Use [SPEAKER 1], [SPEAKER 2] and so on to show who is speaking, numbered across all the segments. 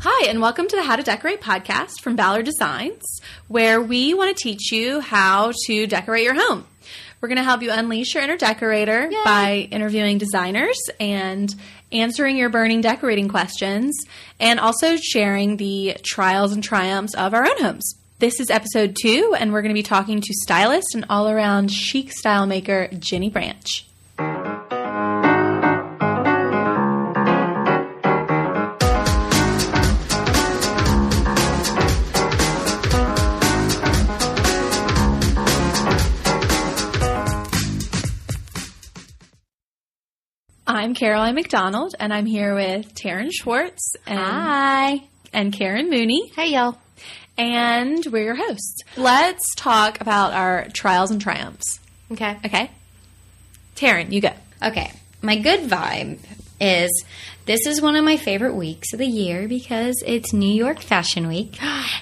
[SPEAKER 1] Hi, and welcome to the How to Decorate podcast from Ballard Designs, where we want to teach you how to decorate your home. We're going to help you unleash your inner decorator by interviewing designers and answering your burning decorating questions, and also sharing the trials and triumphs of our own homes. This is episode two, and we're going to be talking to stylist and all around chic style maker Jenny Branch. I'm Caroline McDonald, and I'm here with Taryn Schwartz and,
[SPEAKER 2] Hi.
[SPEAKER 1] and Karen Mooney.
[SPEAKER 2] Hey, y'all.
[SPEAKER 1] and we're your hosts. Let's talk about our trials and triumphs.
[SPEAKER 2] Okay.
[SPEAKER 1] Okay, Taryn, you go.
[SPEAKER 2] Okay. My good vibe is this is one of my favorite weeks of the year because it's New York Fashion Week,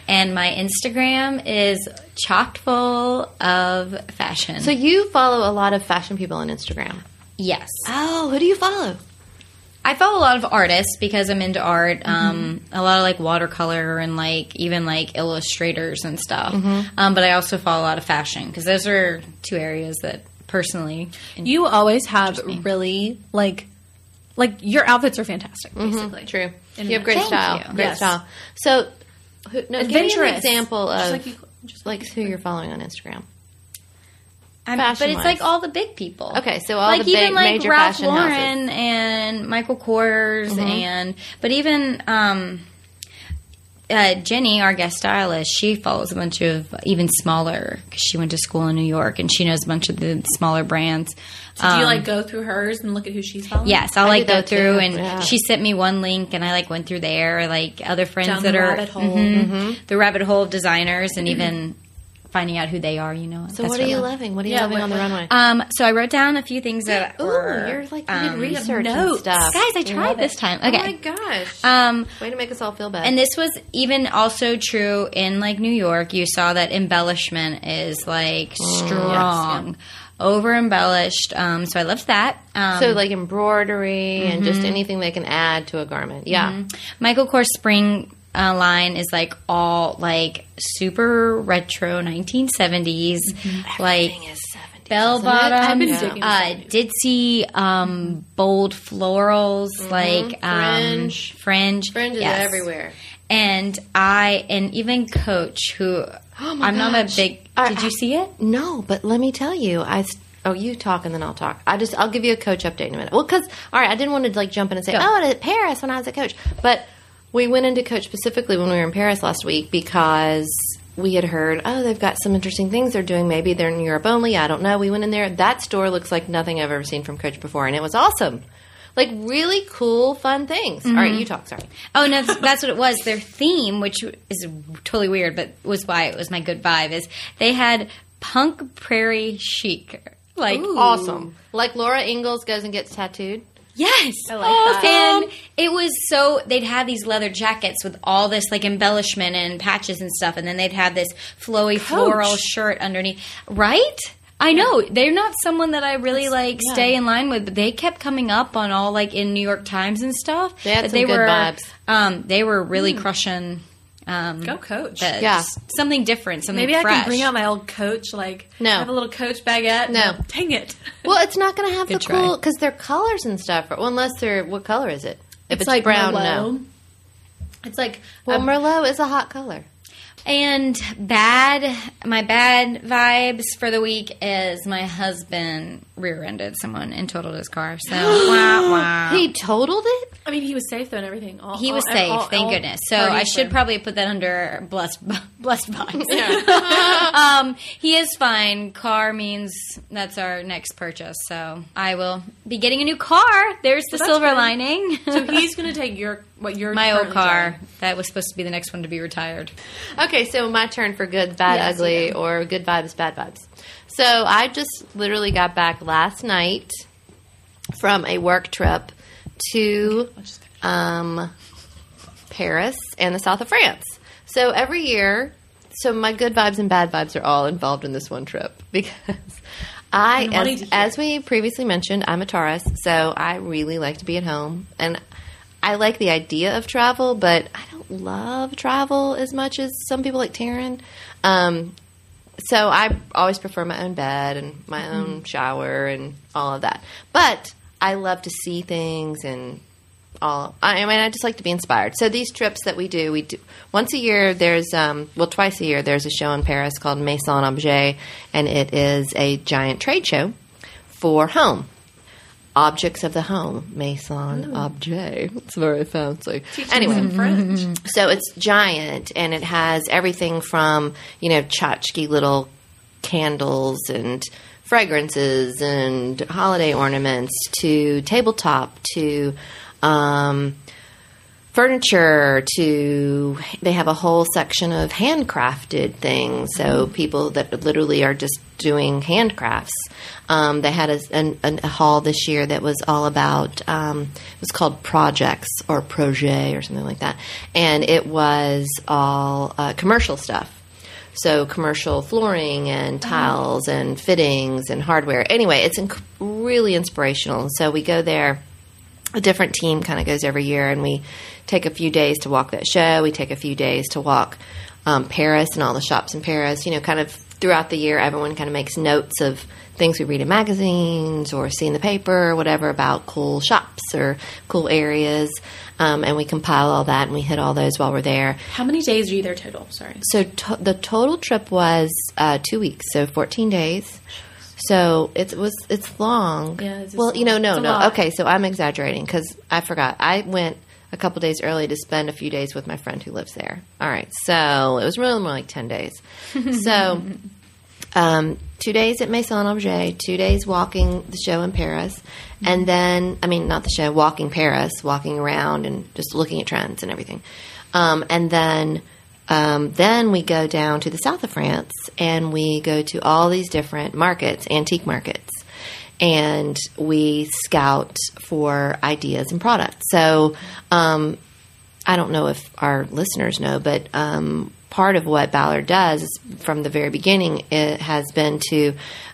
[SPEAKER 2] and my Instagram is chock full of fashion.
[SPEAKER 3] So you follow a lot of fashion people on Instagram.
[SPEAKER 2] yes.
[SPEAKER 3] Oh, who do you follow?
[SPEAKER 2] I follow a lot of artists because I'm into
[SPEAKER 3] Mm-hmm.
[SPEAKER 2] art. Um, A lot of like watercolor and like even like illustrators and stuff.
[SPEAKER 3] Mm-hmm.
[SPEAKER 2] Um, but I also follow a lot of fashion because those are two areas that personally.
[SPEAKER 1] You always have really like, like your outfits are fantastic. Basically,
[SPEAKER 3] Mm-hmm. True.
[SPEAKER 1] In
[SPEAKER 3] you have great
[SPEAKER 2] Thank
[SPEAKER 3] style.
[SPEAKER 2] you.
[SPEAKER 3] Great
[SPEAKER 1] Yes.
[SPEAKER 3] style. So, who, no, give me an
[SPEAKER 1] Adventurous.
[SPEAKER 3] example
[SPEAKER 1] Just
[SPEAKER 3] of
[SPEAKER 1] like
[SPEAKER 3] like,
[SPEAKER 1] you- just
[SPEAKER 3] who you're following on Instagram.
[SPEAKER 2] I'm, but it's
[SPEAKER 3] Fashion-wise.
[SPEAKER 2] like all the big people.
[SPEAKER 3] Okay, so all
[SPEAKER 2] like
[SPEAKER 3] the
[SPEAKER 2] even
[SPEAKER 3] big
[SPEAKER 2] like
[SPEAKER 3] major
[SPEAKER 2] Ralph
[SPEAKER 3] fashion
[SPEAKER 2] Lauren
[SPEAKER 3] houses. Mm-hmm.
[SPEAKER 2] and Michael Kors and but even um, uh, Jenny, our guest stylist, she follows a bunch of even smaller because she went to school in New York and she knows a bunch of the smaller brands. Um,
[SPEAKER 1] do
[SPEAKER 3] um,
[SPEAKER 1] you like go through hers and look at who she's following?
[SPEAKER 2] Yes, I'll
[SPEAKER 3] I
[SPEAKER 2] like
[SPEAKER 3] do
[SPEAKER 2] go
[SPEAKER 3] that
[SPEAKER 2] through
[SPEAKER 3] too,
[SPEAKER 2] and
[SPEAKER 3] yeah.
[SPEAKER 2] she sent me one link and I like went through there like other friends
[SPEAKER 1] Down
[SPEAKER 2] that
[SPEAKER 1] the
[SPEAKER 2] are
[SPEAKER 1] rabbit hole.
[SPEAKER 3] Mm-hmm.
[SPEAKER 2] Mhm. the rabbit hole of designers and even finding out who they are, you know.
[SPEAKER 3] So
[SPEAKER 2] That's
[SPEAKER 3] what are
[SPEAKER 2] I
[SPEAKER 3] you
[SPEAKER 2] love.
[SPEAKER 3] loving? What are you
[SPEAKER 1] Yeah,
[SPEAKER 3] loving
[SPEAKER 1] what-
[SPEAKER 3] on the
[SPEAKER 1] what-
[SPEAKER 3] runway?
[SPEAKER 2] Um, so I wrote down a few things that were
[SPEAKER 3] Ooh, you're like you
[SPEAKER 2] uh, um,
[SPEAKER 3] did research and
[SPEAKER 1] notes.
[SPEAKER 3] stuff.
[SPEAKER 2] Guys, I tried
[SPEAKER 1] love
[SPEAKER 2] this
[SPEAKER 1] it.
[SPEAKER 2] time.
[SPEAKER 3] Oh
[SPEAKER 2] Okay.
[SPEAKER 3] my gosh!
[SPEAKER 2] um,
[SPEAKER 3] Way to make us all feel bad.
[SPEAKER 2] and this was even also true in like New York. You saw that embellishment is like strong, over embellished. Um, so I loved that. Um,
[SPEAKER 3] so like embroidery and just anything they can add to a garment. Yeah.
[SPEAKER 2] Michael Kors spring uh, line is like all like super retro 1970s, like bell
[SPEAKER 1] I've
[SPEAKER 2] bottoms,
[SPEAKER 1] been digging
[SPEAKER 2] uh, ditzy, um, bold florals, like um,
[SPEAKER 3] Fringe.
[SPEAKER 2] fringe,
[SPEAKER 3] Fringe is
[SPEAKER 2] yes.
[SPEAKER 3] everywhere.
[SPEAKER 2] And I and even Coach, who
[SPEAKER 3] Oh my
[SPEAKER 2] I'm not a
[SPEAKER 3] gosh.
[SPEAKER 2] big.
[SPEAKER 3] I-
[SPEAKER 2] did you see it?
[SPEAKER 3] No, but let me tell you, I. s- Oh, you talk and then I'll talk. I just I'll give you a coach update in a minute. Well, because all right, I didn't want to like jump in and say,
[SPEAKER 2] Go.
[SPEAKER 3] oh, and at Paris when I was a coach, but we went into coach specifically when we were in Paris last week because we had heard, oh, they've got some interesting things they're doing. Maybe they're in Europe only. I don't know. We went in there. That store looks like nothing I've ever seen from Coach before, and it was awesome. Like really cool, fun things. All right, you talk. Sorry.
[SPEAKER 2] Oh no, that's, that's what it was. Their theme, which is totally weird, but was why it was my good vibe, is they had punk prairie chic, like
[SPEAKER 3] Awesome. Like Laura Ingalls goes and gets tattooed.
[SPEAKER 2] Yes,
[SPEAKER 1] I like that.
[SPEAKER 2] And it was so they'd have these leather jackets with all this like embellishment and patches and stuff, and then they'd have this flowy floral shirt underneath. Right? I know they're not someone that I really like stay in line with, but they kept coming up on all like in New York Times and stuff.
[SPEAKER 3] They had
[SPEAKER 2] that
[SPEAKER 3] some good
[SPEAKER 2] were,
[SPEAKER 3] vibes.
[SPEAKER 2] Um, they were really crushing. Um,
[SPEAKER 1] Hmm. Go coach.
[SPEAKER 2] the-
[SPEAKER 3] Yeah.
[SPEAKER 2] something different, something
[SPEAKER 1] Maybe I
[SPEAKER 2] fresh.
[SPEAKER 1] can bring out my old coach. Like,
[SPEAKER 3] No.
[SPEAKER 1] have a little coach baguette.
[SPEAKER 3] No.
[SPEAKER 1] dang it.
[SPEAKER 3] Well, it's not going to have
[SPEAKER 2] Good
[SPEAKER 3] the
[SPEAKER 2] try.
[SPEAKER 3] cool because they're colors and stuff. Well, unless they're what color is it? If it's, Um, brown, no.
[SPEAKER 2] it's like
[SPEAKER 1] um,
[SPEAKER 3] Well, Merlot is a hot color.
[SPEAKER 2] And bad, my bad vibes for the week is my husband rear-ended someone and totaled his car. So wah, wah.
[SPEAKER 3] He totaled it.
[SPEAKER 1] I mean, he was safe though, and everything. All,
[SPEAKER 2] he
[SPEAKER 1] all-
[SPEAKER 2] was
[SPEAKER 1] and
[SPEAKER 2] safe,
[SPEAKER 1] all-
[SPEAKER 2] thank
[SPEAKER 1] all
[SPEAKER 2] goodness. So I
[SPEAKER 1] parties
[SPEAKER 2] should
[SPEAKER 1] were-
[SPEAKER 2] probably put that under blessed, blessed vibes. um, he is fine. Car means that's our next purchase. So I will be getting a new car. There's the
[SPEAKER 1] Well, that's
[SPEAKER 2] silver
[SPEAKER 1] good.
[SPEAKER 2] lining.
[SPEAKER 1] So he's going to take your what your
[SPEAKER 2] my old car that was supposed to be the next one to be retired.
[SPEAKER 3] Okay, so my turn for good, bad,
[SPEAKER 1] Yes,
[SPEAKER 3] ugly,
[SPEAKER 1] you
[SPEAKER 3] or good vibes, bad vibes. So I just literally got back last night from a work trip to um, Paris and the south of France. So every year, so my good vibes and bad vibes are all involved in this one trip because I,
[SPEAKER 1] I'm wanting to hear.
[SPEAKER 3] as, as we previously mentioned, I'm a Taurus, so I really like to be at home and I like the idea of travel, but I don't love travel as much as some people like Taryn. Um, so I always prefer my own bed and my own shower and all of that. But I love to see things and all. I I mean, I just like to be inspired. So these trips that we do, we do once a year. There's um, well, twice a year. There's a show in Paris called Maison Objet, and it is a giant trade show for home objects of the home. Maison Objet. It's very fancy. anyway,
[SPEAKER 1] French.
[SPEAKER 3] so it's giant and it has everything from, you know, tchotchke little candles and fragrances and holiday ornaments to tabletop to um, furniture to they have a whole section of handcrafted things so people that literally are just doing handcrafts um, they had a, an, an- a hall this year that was all about um, it was called projects or projet or something like that and it was all uh, commercial stuff so commercial flooring and tiles and fittings and hardware anyway it's inc- really inspirational so we go there a different team kind of goes every year, and we take a few days to walk that show. We take a few days to walk um, Paris and all the shops in Paris. You know, kind of throughout the year, everyone kind of makes notes of things we read in magazines or see in the paper or whatever about cool shops or cool areas. Um, and we compile all that and we hit all those while we're there.
[SPEAKER 1] How many days are you there total? Sorry.
[SPEAKER 3] So to- the total trip was uh, two weeks, so fourteen days. So it was it's long.
[SPEAKER 1] Yeah, it's just-
[SPEAKER 3] well, you know, no,
[SPEAKER 1] it's a
[SPEAKER 3] no.
[SPEAKER 1] lot.
[SPEAKER 3] Okay, so I'm exaggerating because I forgot. I went a couple days early to spend a few days with my friend who lives there. All right, so it was really more like ten days. so um, two days at Maison Objet, two days walking the show in Paris, and then, I mean, not the show, walking Paris, walking around and just looking at trends and everything. Um, and then, um, then we go down to the south of France and we go to all these different markets, antique markets and we scout for ideas and products. So, um, I don't know if our listeners know, but um, part of what Ballard does is from the very beginning it has been to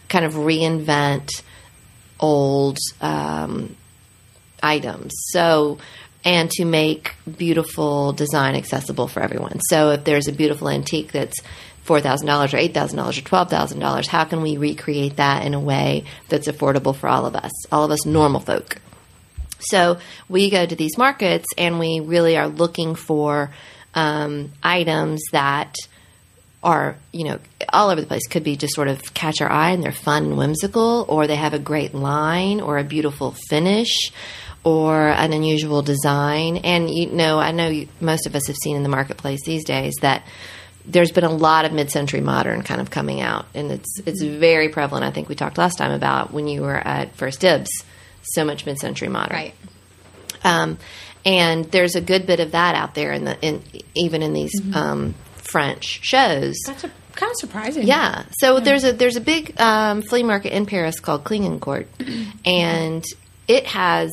[SPEAKER 3] kind of reinvent old um, items. So, and to make beautiful design accessible for everyone. So, if there's a beautiful antique that's four thousand dollars or eight thousand dollars or twelve thousand dollars, how can we recreate that in a way that's affordable for all of us, all of us normal folk? So we go to these markets and we really are looking for um, items that are, you know, all over the place. Could be just sort of catch our eye and they're fun and whimsical, or they have a great line or a beautiful finish. Or an unusual design, and you know, I know you, most of us have seen in the marketplace these days that there's been a lot of mid-century modern kind of coming out, and it's it's very prevalent. I think we talked last time about when you were at First Dibs, so much mid-century modern,
[SPEAKER 2] Right.
[SPEAKER 3] um, and there's a good bit of that out there in the in even in these um, French shows.
[SPEAKER 1] That's a, kind of surprising.
[SPEAKER 3] Yeah. So there's a there's a big um, flea market in Paris called Klingencourt, and it has,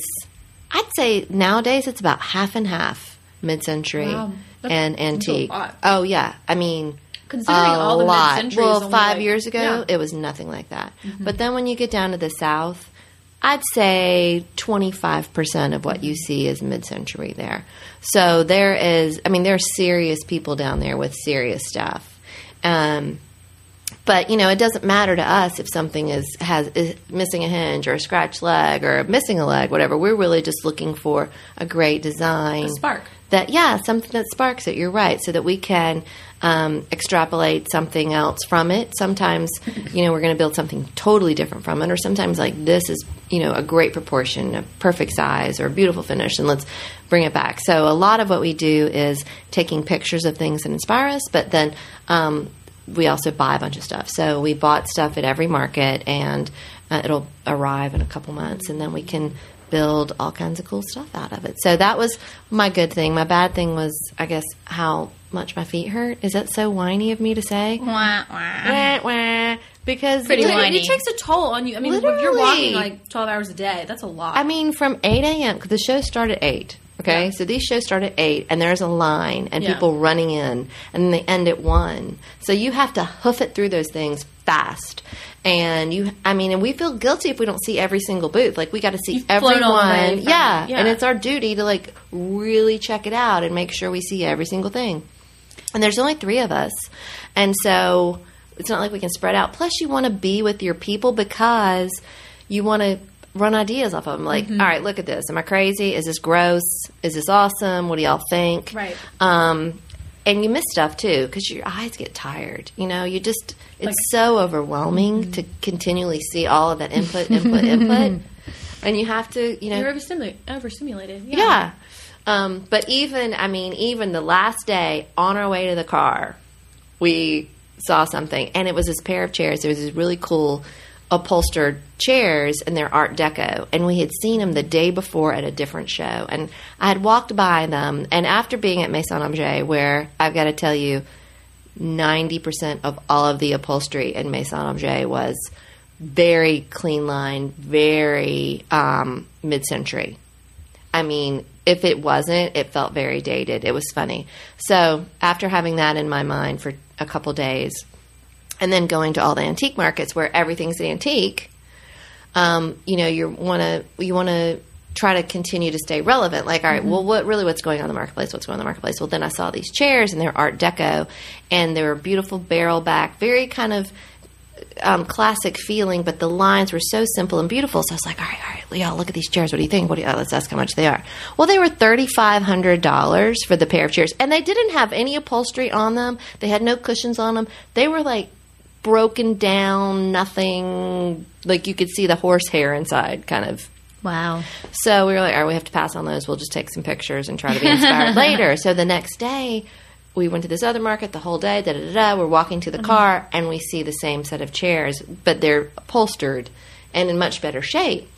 [SPEAKER 3] I'd say nowadays it's about half and half mid-century
[SPEAKER 1] Wow. That's-
[SPEAKER 3] and
[SPEAKER 1] that's a
[SPEAKER 3] antique.
[SPEAKER 1] lot.
[SPEAKER 3] Oh yeah, I mean.
[SPEAKER 1] Considering
[SPEAKER 3] a
[SPEAKER 1] all the
[SPEAKER 3] lot.
[SPEAKER 1] mid-century is
[SPEAKER 3] Well,
[SPEAKER 1] only
[SPEAKER 3] five
[SPEAKER 1] like-
[SPEAKER 3] years ago,
[SPEAKER 1] Yeah. Mm-hmm.
[SPEAKER 3] it was nothing like that. But then when you get down to the south, I'd say 25% of what you see is mid century there. So there is, I mean, there are serious people down there with serious stuff. Um, but you know, it doesn't matter to us if something is has is missing a hinge or a scratched leg or missing a leg, whatever. We're really just looking for a great design,
[SPEAKER 1] spark.
[SPEAKER 3] that yeah something that sparks it you're right so that we can um, extrapolate something else from it sometimes you know we're going to build something totally different from it or sometimes like this is you know a great proportion a perfect size or a beautiful finish and let's bring it back so a lot of what we do is taking pictures of things that inspire us but then um, we also buy a bunch of stuff so we bought stuff at every market and uh, it'll arrive in a couple months and then we can build all kinds of cool stuff out of it. So that was my good thing. My bad thing was, I guess, how much my feet hurt. Is that so whiny of me to say?
[SPEAKER 2] Wah, wah.
[SPEAKER 3] Wah, wah. Because
[SPEAKER 2] Pretty
[SPEAKER 1] It, ta-
[SPEAKER 2] whiny.
[SPEAKER 1] it takes a toll on you. I mean, if you're
[SPEAKER 3] Literally.
[SPEAKER 1] walking like 12 hours a day, that's a lot.
[SPEAKER 3] I mean, from eight a.m. 'cause the show started at eight. Okay, so these shows start at eight, and there's a line, and
[SPEAKER 1] Yeah.
[SPEAKER 3] people running in, and then they end at one. So you have to hoof it through those things fast. And you, I mean, and we feel guilty if we don't see every single booth. Like we got to see
[SPEAKER 1] You've flown
[SPEAKER 3] everyone.
[SPEAKER 1] all the way from-
[SPEAKER 3] yeah.
[SPEAKER 1] yeah.
[SPEAKER 3] and it's our duty to like really check it out and make sure we see every single thing. And there's only three of us, and so it's not like we can spread out. Plus, you want to be with your people because you want to run ideas off of them. Like, "All right, look at this. Am I crazy? Is this gross? Is this awesome? What do y'all think?
[SPEAKER 1] Right.
[SPEAKER 3] Um, and you miss stuff too because your eyes get tired. You know, you just it's so overwhelming to continually see all of that input, input, input, and you have to, you know,
[SPEAKER 1] You're overstimu- overstimulated. Yeah.
[SPEAKER 3] yeah. Um, but even, I mean, even the last day on our way to the car, we saw something, and it was this pair of chairs. There was these really cool upholstered chairs, and they're Art Deco. And we had seen them the day before at a different show. And I had walked by them, and after being at Maison Objet, where I've got to tell you, 90% of all of the upholstery in Maison Objet was very clean line, very um, mid century. I mean, if it wasn't, it felt very dated. It was funny. So after having that in my mind for a couple days, and then going to all the antique markets where everything's antique, um, you know, you want to you want to try to continue to stay relevant. Like, all right, well, what really what's going on in the marketplace? What's going on in the marketplace? Well, then I saw these chairs and they're Art Deco, and they were beautiful barrel back, very kind of um, classic feeling, but the lines were so simple and beautiful. So I was like, all right, all right, Leah, look at these chairs. What do you think? What do you, oh, let's ask how much they are. Well, they were $3,500 for the pair of chairs, and they didn't have any upholstery on them. They had no cushions on them. They were like broken down, nothing, like you could see the horsehair inside kind of
[SPEAKER 2] Wow.
[SPEAKER 3] so we were like, all right, we have to pass on those. We'll just take some pictures and try to be inspired later. So the next day, we went to this other market the whole day, da da da. da. We're walking to the
[SPEAKER 2] Mm-hmm.
[SPEAKER 3] car and we see the same set of chairs, but they're upholstered and in much better shape.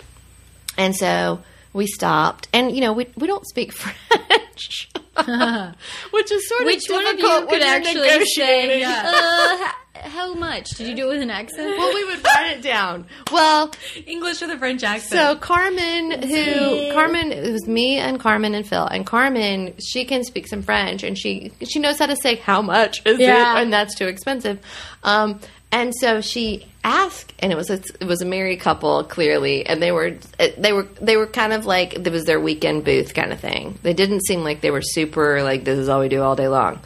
[SPEAKER 3] And so we stopped. And, you know, we, we don't speak French, which is sort
[SPEAKER 2] Which
[SPEAKER 3] of
[SPEAKER 2] one of
[SPEAKER 3] difficult
[SPEAKER 2] you
[SPEAKER 3] when
[SPEAKER 2] could
[SPEAKER 3] you're
[SPEAKER 2] actually say,
[SPEAKER 3] negotiating.
[SPEAKER 2] uh, h- how much? Did you do it with an accent?
[SPEAKER 3] Well, we would write it down. Well,
[SPEAKER 1] English with a French
[SPEAKER 3] So
[SPEAKER 1] accent.
[SPEAKER 3] Carmen, who Carmen, it was me and Carmen and Phil, and Carmen, she can speak some French, and she she knows how to say how much is
[SPEAKER 1] Yeah.
[SPEAKER 3] it, and that's too expensive. Um, and so she asked, and it was a, it was a married couple clearly, and they were eh, they were they were kind of like it was their weekend booth kind of thing. They didn't seem like they were super like this is all we do all day long.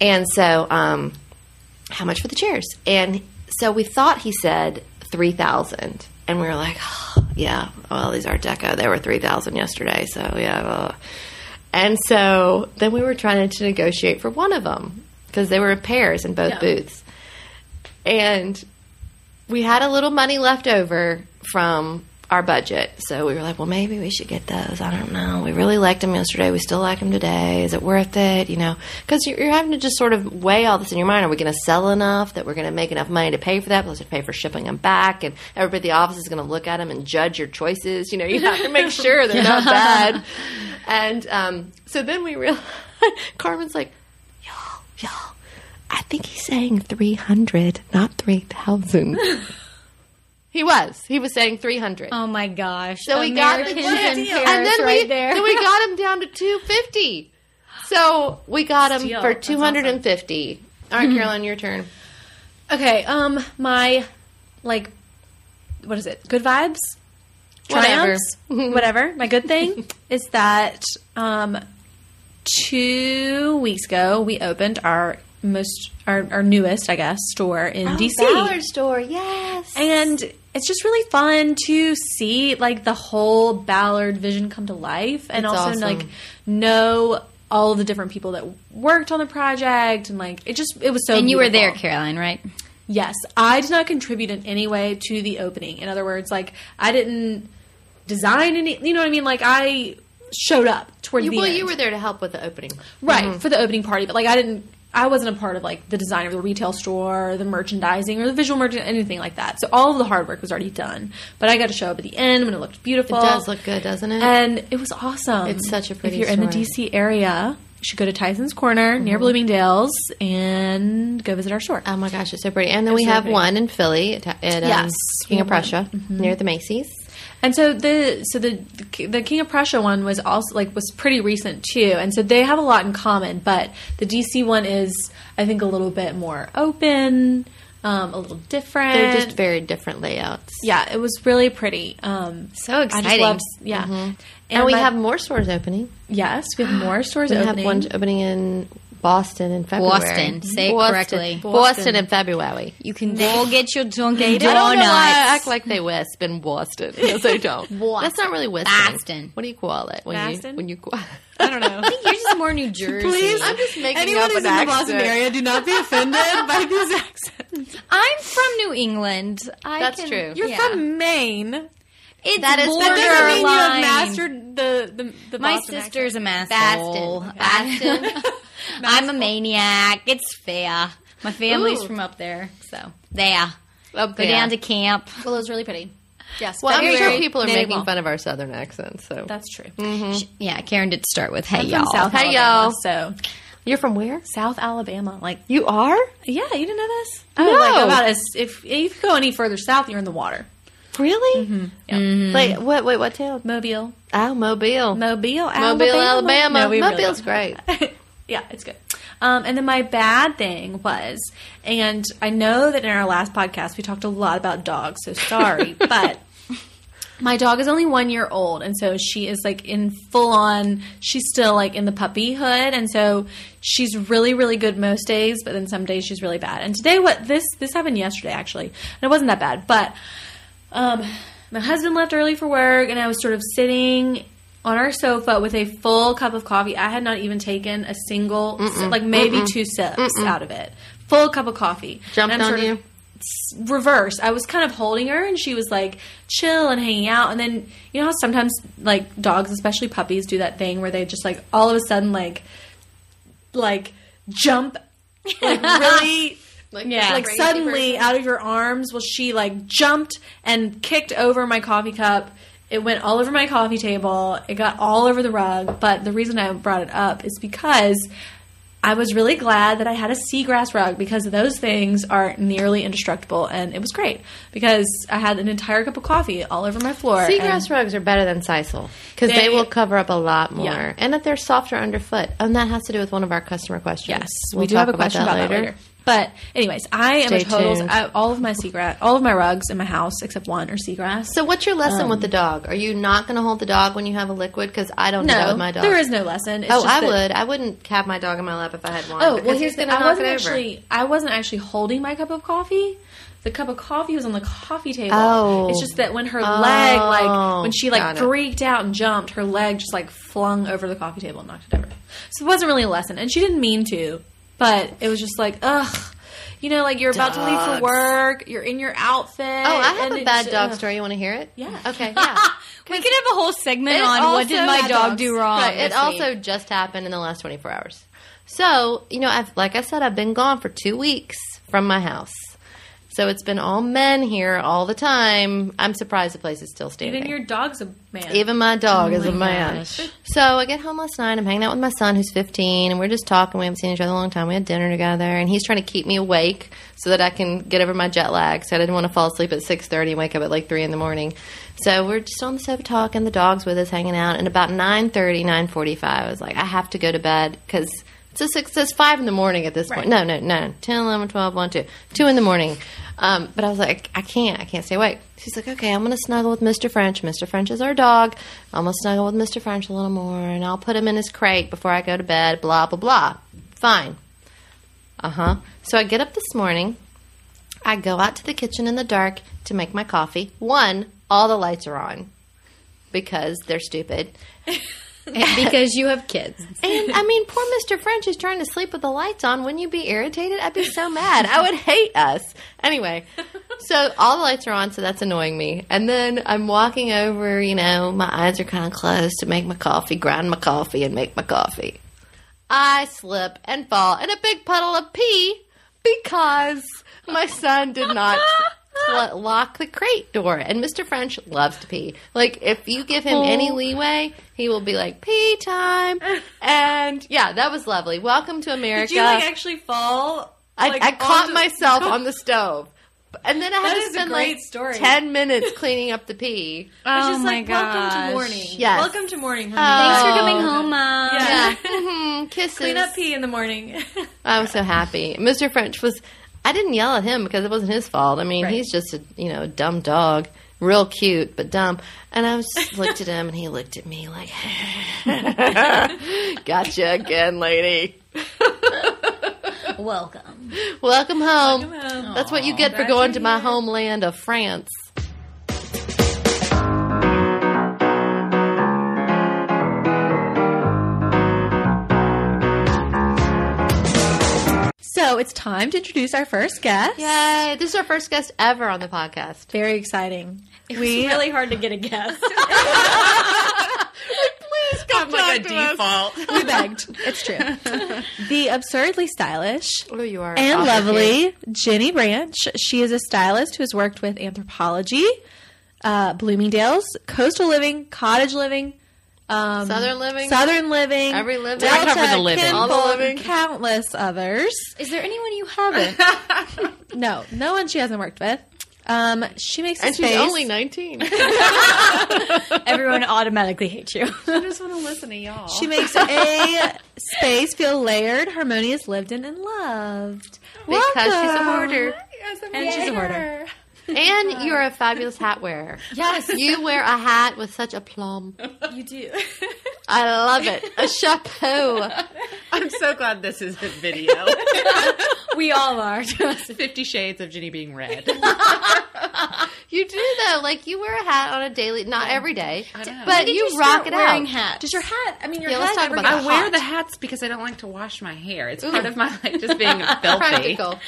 [SPEAKER 3] And so um, how much for the chairs? And so we thought he said 3,000. And we were like, oh, yeah, well, these Art Deco, they were 3,000 yesterday. So, yeah. well. And so then we were trying to negotiate for one of them because they were in pairs in both
[SPEAKER 1] Yeah.
[SPEAKER 3] booths. And we had a little money left over from our budget. So we were like, well, maybe we should get those. I don't know. We really liked them yesterday. We still like them today. Is it worth it? You know, because you're, you're having to just sort of weigh all this in your mind. Are we going to sell enough that we're going to make enough money to pay for that? Plus, to pay for shipping them back. And everybody at the office is going to look at them and judge your choices. You know, you have to make sure they're not bad. And um, so then we realized Carmen's like, y'all, y'all, I think he's saying 300, not 3,000. he was. He was saying 300.
[SPEAKER 2] Oh my gosh.
[SPEAKER 3] So we got the
[SPEAKER 2] Americans
[SPEAKER 3] deal.
[SPEAKER 1] And
[SPEAKER 2] in Paris
[SPEAKER 3] then we,
[SPEAKER 2] right there.
[SPEAKER 3] then we got him down to 250. So we got him
[SPEAKER 1] Steal.
[SPEAKER 3] for
[SPEAKER 1] That's
[SPEAKER 3] 250. All right, Carolyn, your turn.
[SPEAKER 1] okay. Um, my like, what is it? Good vibes.
[SPEAKER 3] Whatever.
[SPEAKER 1] Triumphs. Whatever. My good thing is that um, two weeks ago we opened our most our, our newest, I guess, store in
[SPEAKER 2] Oh,
[SPEAKER 1] DC.
[SPEAKER 3] Dollar store, yes.
[SPEAKER 1] And it's just really fun to see like the whole Ballard vision come to life and
[SPEAKER 3] It's
[SPEAKER 1] also
[SPEAKER 3] awesome.
[SPEAKER 1] like know all the different people that worked on the project and like it just it was so
[SPEAKER 2] and you were there,
[SPEAKER 1] beautiful.
[SPEAKER 2] Caroline, right?
[SPEAKER 1] Yes, I did not contribute in any way to the opening. In other words, like I didn't design any. You know what I mean? Like I showed up toward
[SPEAKER 3] You-
[SPEAKER 1] the
[SPEAKER 3] well,
[SPEAKER 1] end,
[SPEAKER 3] you were mm-hmm. there to help with the opening.
[SPEAKER 1] right for the opening party, but like I didn't. I wasn't a part of like the design of the retail store, the merchandising, or the visual merchandising, anything like that. So all of the hard work was already done. But I got to show up at the end when it looked beautiful.
[SPEAKER 3] It does look good, doesn't it?
[SPEAKER 1] And it was awesome.
[SPEAKER 3] It's such a pretty
[SPEAKER 1] If you're in the
[SPEAKER 3] store.
[SPEAKER 1] DC area, you should go to Tyson's Corner
[SPEAKER 3] Mm-hmm.
[SPEAKER 1] near Bloomingdale's and go visit our store.
[SPEAKER 3] Oh my gosh, it's so pretty. And then we
[SPEAKER 1] so
[SPEAKER 3] have
[SPEAKER 1] pretty.
[SPEAKER 3] one in Philly at, at um,
[SPEAKER 1] Yes, we
[SPEAKER 3] King of
[SPEAKER 1] have one.
[SPEAKER 3] Prussia near the Macy's.
[SPEAKER 1] And so the so the the King of Prussia one was also like was pretty recent too, and so they have a lot in common. But the DC one is, I think, a little bit more open, um, a little different.
[SPEAKER 3] They're just very different layouts.
[SPEAKER 1] yeah, it was really pretty. Um,
[SPEAKER 3] So
[SPEAKER 1] I just
[SPEAKER 3] exciting. Mm-hmm.
[SPEAKER 1] loved, yeah.
[SPEAKER 3] And, we
[SPEAKER 1] my-
[SPEAKER 3] have more stores opening.
[SPEAKER 1] yes, we have more stores
[SPEAKER 3] We
[SPEAKER 1] opening.
[SPEAKER 3] have one opening in Boston in February.
[SPEAKER 2] Boston. Say it correctly.
[SPEAKER 3] Boston.
[SPEAKER 1] Boston.
[SPEAKER 3] in February.
[SPEAKER 2] You can go get your donuts.
[SPEAKER 3] I don't know why I act like they wisp in Boston because they don't. That's not really wisping.
[SPEAKER 2] Boston.
[SPEAKER 3] What do you call it when
[SPEAKER 1] Boston?
[SPEAKER 3] you when you? qua-
[SPEAKER 1] I don't know.
[SPEAKER 2] You're just more New Jersey.
[SPEAKER 3] I'm just making
[SPEAKER 1] Anyone
[SPEAKER 3] up
[SPEAKER 1] who's
[SPEAKER 3] an
[SPEAKER 1] in the Boston
[SPEAKER 3] accent.
[SPEAKER 1] area, do not be offended by these accents.
[SPEAKER 2] I'm from New England. I
[SPEAKER 3] That's
[SPEAKER 2] can-
[SPEAKER 3] true.
[SPEAKER 1] You're
[SPEAKER 2] Yeah.
[SPEAKER 1] from Maine.
[SPEAKER 2] It's
[SPEAKER 3] That
[SPEAKER 1] That
[SPEAKER 3] is-
[SPEAKER 2] borderline.
[SPEAKER 1] doesn't mean you have mastered the the, the
[SPEAKER 2] My
[SPEAKER 1] Boston
[SPEAKER 2] sister's a
[SPEAKER 3] Bastin.
[SPEAKER 2] masshole.
[SPEAKER 3] Bastin.
[SPEAKER 2] I'm a maniac. It's fair. My family's
[SPEAKER 3] Ooh.
[SPEAKER 2] from up there, so there.
[SPEAKER 3] Up
[SPEAKER 2] Go
[SPEAKER 3] there.
[SPEAKER 2] down to camp.
[SPEAKER 1] accent. Well, it was really pretty. Yes.
[SPEAKER 3] Well, I'm
[SPEAKER 1] very
[SPEAKER 3] sure people are
[SPEAKER 1] native
[SPEAKER 3] making
[SPEAKER 1] law.
[SPEAKER 3] fun of our southern accents. So
[SPEAKER 1] That's true.
[SPEAKER 2] Sh- Mm-hmm. Yeah, Karen did start with "Hey
[SPEAKER 1] I'm
[SPEAKER 2] y'all."
[SPEAKER 1] from South
[SPEAKER 3] Hey,
[SPEAKER 1] Alabama, so
[SPEAKER 3] you're from where?
[SPEAKER 1] South Alabama, like
[SPEAKER 3] You are?
[SPEAKER 1] yeah, you didn't know this. I was like
[SPEAKER 3] No.
[SPEAKER 1] about as if if you go any further south, you're in the water.
[SPEAKER 3] Really?
[SPEAKER 1] Yeah.
[SPEAKER 3] Like what? Wait, what town?
[SPEAKER 1] Mobile,
[SPEAKER 3] Oh, Mobile.
[SPEAKER 1] Mobile, Alabama.
[SPEAKER 3] Mobile, Alabama.
[SPEAKER 1] No, we really
[SPEAKER 3] Mobile's
[SPEAKER 1] don't.
[SPEAKER 3] great.
[SPEAKER 1] yeah, it's good. Um, and then my bad thing was, and I know that in our last podcast we talked a lot about dogs, so sorry, but my dog is only one year old, and so she is like in full on. She's still like in the puppyhood, and so she's really, really good most days, but then some days she's really bad. And today, what this this happened yesterday actually, and it wasn't that bad, but um, my husband left early for work, and I was sort of sitting on our sofa with a full cup of coffee. I had not even taken a single, sip, like maybe two sips out of it. Full cup of coffee.
[SPEAKER 3] Jumped
[SPEAKER 1] And I'm
[SPEAKER 3] on
[SPEAKER 1] sort of
[SPEAKER 3] you?
[SPEAKER 1] s- Reverse. I was kind of holding her, and she was like chill and hanging out. And then you know how sometimes like dogs, especially puppies, do that thing where they just like all of a sudden like like jump like really
[SPEAKER 3] Like,
[SPEAKER 2] Yeah.
[SPEAKER 1] like
[SPEAKER 3] crazy
[SPEAKER 1] suddenly
[SPEAKER 3] person.
[SPEAKER 1] out of your arms. Well, she like jumped and kicked over my coffee cup. It went all over my coffee table. It got all over the rug. But the reason I brought it up is because I was really glad that I had a seagrass rug because those things are nearly indestructible, and it was great because I had an entire cup of coffee all over my floor.
[SPEAKER 3] Seagrass rugs are better than sisal because
[SPEAKER 1] They-
[SPEAKER 3] they, will cover up a lot more,
[SPEAKER 1] Yeah.
[SPEAKER 3] and that they're softer underfoot. And that has to do with one of our customer questions.
[SPEAKER 1] Yes, we
[SPEAKER 3] We'll
[SPEAKER 1] do have
[SPEAKER 3] talk
[SPEAKER 1] a question about, that later. But anyways, I am a
[SPEAKER 3] Stay
[SPEAKER 1] total.
[SPEAKER 3] tuned.
[SPEAKER 1] I, all of my seagrass, all of my rugs in my house except one are seagrass.
[SPEAKER 3] So, what's your lesson with
[SPEAKER 1] Um,
[SPEAKER 3] the dog? Are you not going to hold the dog when you have a liquid? Because I don't do that
[SPEAKER 1] no,
[SPEAKER 3] with my dog.
[SPEAKER 1] there is no lesson. It's
[SPEAKER 3] oh,
[SPEAKER 1] just
[SPEAKER 3] I
[SPEAKER 1] that-
[SPEAKER 3] would. I wouldn't have my dog in my lap if I had one.
[SPEAKER 1] Oh, well,
[SPEAKER 3] because
[SPEAKER 1] here's
[SPEAKER 3] he's
[SPEAKER 1] the.
[SPEAKER 3] gonna
[SPEAKER 1] I
[SPEAKER 3] knock it
[SPEAKER 1] wasn't
[SPEAKER 3] over.
[SPEAKER 1] actually. I wasn't actually holding my cup of coffee. The cup of coffee was on the coffee table.
[SPEAKER 3] Oh.
[SPEAKER 1] It's just that when her leg, like when she like
[SPEAKER 3] got it.
[SPEAKER 1] freaked out and jumped, her leg just like flung over the coffee table and knocked it over. So it wasn't really a lesson, and she didn't mean to, but it was just like ugh. You know, like you're about to leave
[SPEAKER 3] Dogs.
[SPEAKER 1] for work, you're in your outfit.
[SPEAKER 3] Oh, I have a bad dog
[SPEAKER 1] story.
[SPEAKER 3] story. You want to hear it?
[SPEAKER 1] uh, Yeah.
[SPEAKER 3] Okay. Yeah.
[SPEAKER 2] We could have a whole segment
[SPEAKER 3] It
[SPEAKER 2] on what did
[SPEAKER 3] also-
[SPEAKER 2] my dog do wrong.
[SPEAKER 3] Right, it
[SPEAKER 2] this
[SPEAKER 3] also
[SPEAKER 2] week.
[SPEAKER 3] just happened in the last 24 hours. So, you know, I've like I said, I've been gone for two weeks from my house. So it's been all men here all the time. I'm surprised the place is still standing.
[SPEAKER 1] Even your dog's a man.
[SPEAKER 3] Even my dog is a
[SPEAKER 2] Oh my
[SPEAKER 3] man.
[SPEAKER 2] gosh.
[SPEAKER 3] So I get home last night. I'm hanging out with my son, who's 15, and we're just talking. We haven't seen each other in a long time. We had dinner together, and he's trying to keep me awake so that I can get over my jet lag. So I didn't want to fall asleep at 6:30 and wake up at like 3 in the morning. So we're just on the sofa talking. The dog's with us, hanging out. And about 9:30, 9:45, I was like, I have to go to bed because. It's, a six, it's five in the morning at this point. No, no, no. 10, 11, 12, 1, 2. 2 in the morning. Um, but I was like, I can't. I can't stay awake. She's like, okay, I'm going to snuggle with Mr. French. Mr. French is our dog. I'm going to snuggle with Mr. French a little more, and I'll put him in his crate before I go to bed, blah, blah, blah. Fine. Uh huh. So I get up this morning. I go out to the kitchen in the dark to make my coffee. One, all the lights are on because they're stupid.
[SPEAKER 2] because you have kids.
[SPEAKER 3] And I mean, poor Mr. French is trying to sleep with the lights on. Wouldn't you be irritated? I'd be so mad. I would hate us. Anyway, so all the lights are on, so that's annoying me. And then I'm walking over, you know, my eyes are kind of closed to make my coffee, grind my coffee, and make my coffee. I slip and fall in a big puddle of pee because my son did not cl- lock the crate door. And Mr. French loves to pee. Like, if you give him
[SPEAKER 1] Oh.
[SPEAKER 3] any leeway, he will be like, pee time. And yeah, that was lovely. Welcome to America.
[SPEAKER 1] Did you like actually fall?
[SPEAKER 3] I,
[SPEAKER 1] like,
[SPEAKER 3] I caught
[SPEAKER 1] onto-
[SPEAKER 3] myself on the stove. And then I had
[SPEAKER 1] That
[SPEAKER 3] to
[SPEAKER 1] is a
[SPEAKER 3] spend
[SPEAKER 1] great
[SPEAKER 3] like
[SPEAKER 1] story.
[SPEAKER 3] ten minutes cleaning up the pee.
[SPEAKER 1] It's
[SPEAKER 2] Oh
[SPEAKER 1] just
[SPEAKER 2] my
[SPEAKER 1] like, welcome
[SPEAKER 2] gosh.
[SPEAKER 1] to morning.
[SPEAKER 3] Yes.
[SPEAKER 1] Welcome to morning. for
[SPEAKER 3] Oh.
[SPEAKER 1] me.
[SPEAKER 2] Thanks for
[SPEAKER 3] Oh.
[SPEAKER 2] coming home, mom.
[SPEAKER 1] Yeah.
[SPEAKER 3] Yeah, Mhm. kisses.
[SPEAKER 1] Clean up pee in the morning.
[SPEAKER 3] I was so happy. Mr. French was. I didn't yell at him because it wasn't his fault. I mean,
[SPEAKER 1] Right.
[SPEAKER 3] he's just a you know a dumb dog, real cute but dumb. And I was just looked at him, and he looked at me like, "Gotcha again, lady.
[SPEAKER 2] Welcome.
[SPEAKER 3] Welcome
[SPEAKER 1] Welcome
[SPEAKER 3] home.
[SPEAKER 1] home.
[SPEAKER 3] That's what you get for
[SPEAKER 1] Glad
[SPEAKER 3] going
[SPEAKER 1] you're
[SPEAKER 3] to my
[SPEAKER 1] here.
[SPEAKER 3] homeland of France."
[SPEAKER 1] so it's time to introduce our first guest.
[SPEAKER 3] Yay! This is our first guest ever on the podcast.
[SPEAKER 1] Very exciting.
[SPEAKER 2] It was really hard to get a guess.
[SPEAKER 3] Please come
[SPEAKER 4] like a default.
[SPEAKER 1] we begged. It's true. The absurdly stylish
[SPEAKER 3] Oh, you are
[SPEAKER 1] and
[SPEAKER 3] awful
[SPEAKER 1] lovely
[SPEAKER 3] cute.
[SPEAKER 1] Jenny Branch. She is a stylist who has worked with anthropology, uh, Bloomingdale's, coastal living, cottage living, um,
[SPEAKER 3] Southern living.
[SPEAKER 1] Southern living,
[SPEAKER 3] Every living.
[SPEAKER 1] Delta,
[SPEAKER 4] I cover the living.
[SPEAKER 1] Kinfolk,
[SPEAKER 3] All the living.
[SPEAKER 1] countless others.
[SPEAKER 2] Is there anyone you haven't?
[SPEAKER 1] No, no one she hasn't worked with. Um, she makes
[SPEAKER 3] And
[SPEAKER 1] a
[SPEAKER 3] she's
[SPEAKER 1] space.
[SPEAKER 3] only nineteen.
[SPEAKER 2] Everyone automatically hates you.
[SPEAKER 4] I just want to listen to y'all.
[SPEAKER 3] Oh.
[SPEAKER 1] she makes a space feel layered, harmonious, lived in, and loved.
[SPEAKER 3] because she's a
[SPEAKER 1] Welcome.
[SPEAKER 3] hoarder.
[SPEAKER 1] And she's a hoarder.
[SPEAKER 3] And you're a fabulous hat wearer.
[SPEAKER 2] Yes,
[SPEAKER 3] You wear a hat with such aplomb.
[SPEAKER 2] you do.
[SPEAKER 3] I love it. A chapeau.
[SPEAKER 4] I'm so glad this is a video.
[SPEAKER 2] We all are. trust me.
[SPEAKER 4] Fifty Shades of Ginny being red.
[SPEAKER 3] You do though. Like you wear a hat on a daily, not every day,
[SPEAKER 4] know.
[SPEAKER 3] but you, rock it
[SPEAKER 2] wearing
[SPEAKER 3] out.
[SPEAKER 2] hats.
[SPEAKER 1] Does your hat? I mean, your
[SPEAKER 3] Yeah,
[SPEAKER 1] hat.
[SPEAKER 3] let's talk
[SPEAKER 1] ever
[SPEAKER 3] about
[SPEAKER 1] get
[SPEAKER 3] that.
[SPEAKER 4] I wear
[SPEAKER 1] hot?
[SPEAKER 4] the hats because I don't like to wash my hair. It's part of my like just being filthy.
[SPEAKER 3] Practical.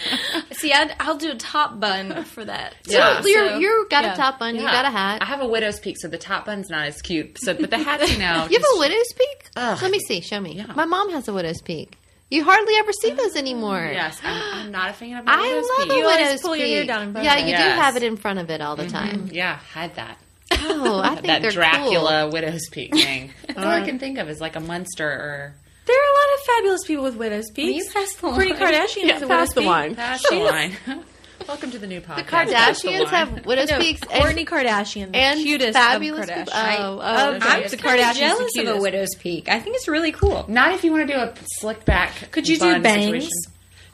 [SPEAKER 2] See, I'd, I'll do a top bun for that.
[SPEAKER 4] Yeah.
[SPEAKER 3] So you're,
[SPEAKER 2] So-
[SPEAKER 3] you got
[SPEAKER 2] yeah.
[SPEAKER 3] a top bun. You
[SPEAKER 4] Yeah.
[SPEAKER 3] got a
[SPEAKER 4] I
[SPEAKER 3] hat.
[SPEAKER 4] have a widow's peak, so the top bun's not as cute. So, but the hat, you know,
[SPEAKER 3] You have
[SPEAKER 4] just-
[SPEAKER 3] a widow's peak.
[SPEAKER 4] Ugh.
[SPEAKER 3] Let me see. Show me.
[SPEAKER 4] Yeah.
[SPEAKER 3] My mom has a widow's peak. You hardly ever see those anymore.
[SPEAKER 4] Yes, I'm, I'm not a fan of my widow's
[SPEAKER 3] I love
[SPEAKER 4] peak.
[SPEAKER 3] a
[SPEAKER 1] You always
[SPEAKER 3] widow's
[SPEAKER 1] pull your hair
[SPEAKER 3] peak.
[SPEAKER 1] down in front
[SPEAKER 3] Yeah,
[SPEAKER 1] of it.
[SPEAKER 3] you
[SPEAKER 4] Yes.
[SPEAKER 3] do have it in front of it all the time.
[SPEAKER 4] Mm, Yeah, hide that.
[SPEAKER 3] Oh, I think
[SPEAKER 4] that
[SPEAKER 3] they're
[SPEAKER 4] Dracula widow's peak thing. That's all I can think of is like a monster or
[SPEAKER 1] There are a lot of fabulous people with widow's
[SPEAKER 2] Will you
[SPEAKER 1] peaks.
[SPEAKER 2] pass the
[SPEAKER 1] Kourtney
[SPEAKER 2] line?
[SPEAKER 1] Kardashian has a widow's peak.
[SPEAKER 4] pass the line. Welcome to the new podcast.
[SPEAKER 3] Cool. The
[SPEAKER 4] Pass
[SPEAKER 3] Kardashians
[SPEAKER 4] line.
[SPEAKER 3] have widow's
[SPEAKER 1] No,
[SPEAKER 3] peaks
[SPEAKER 1] Kourtney
[SPEAKER 3] and,
[SPEAKER 1] Kardashian, the
[SPEAKER 3] and
[SPEAKER 1] cutest
[SPEAKER 3] fabulous.
[SPEAKER 1] of Kardashian.
[SPEAKER 3] people. Oh,
[SPEAKER 1] I-
[SPEAKER 3] oh,
[SPEAKER 1] um,
[SPEAKER 3] okay.
[SPEAKER 1] I'm
[SPEAKER 2] I'm
[SPEAKER 1] The
[SPEAKER 2] just kind
[SPEAKER 1] Kardashians
[SPEAKER 2] of
[SPEAKER 1] the
[SPEAKER 2] jealous of a
[SPEAKER 1] cutest.
[SPEAKER 2] widow's peak. I think it's really cool.
[SPEAKER 4] Not if you want to do a slick back.
[SPEAKER 1] Could you do
[SPEAKER 4] bun
[SPEAKER 1] bangs?
[SPEAKER 4] situation.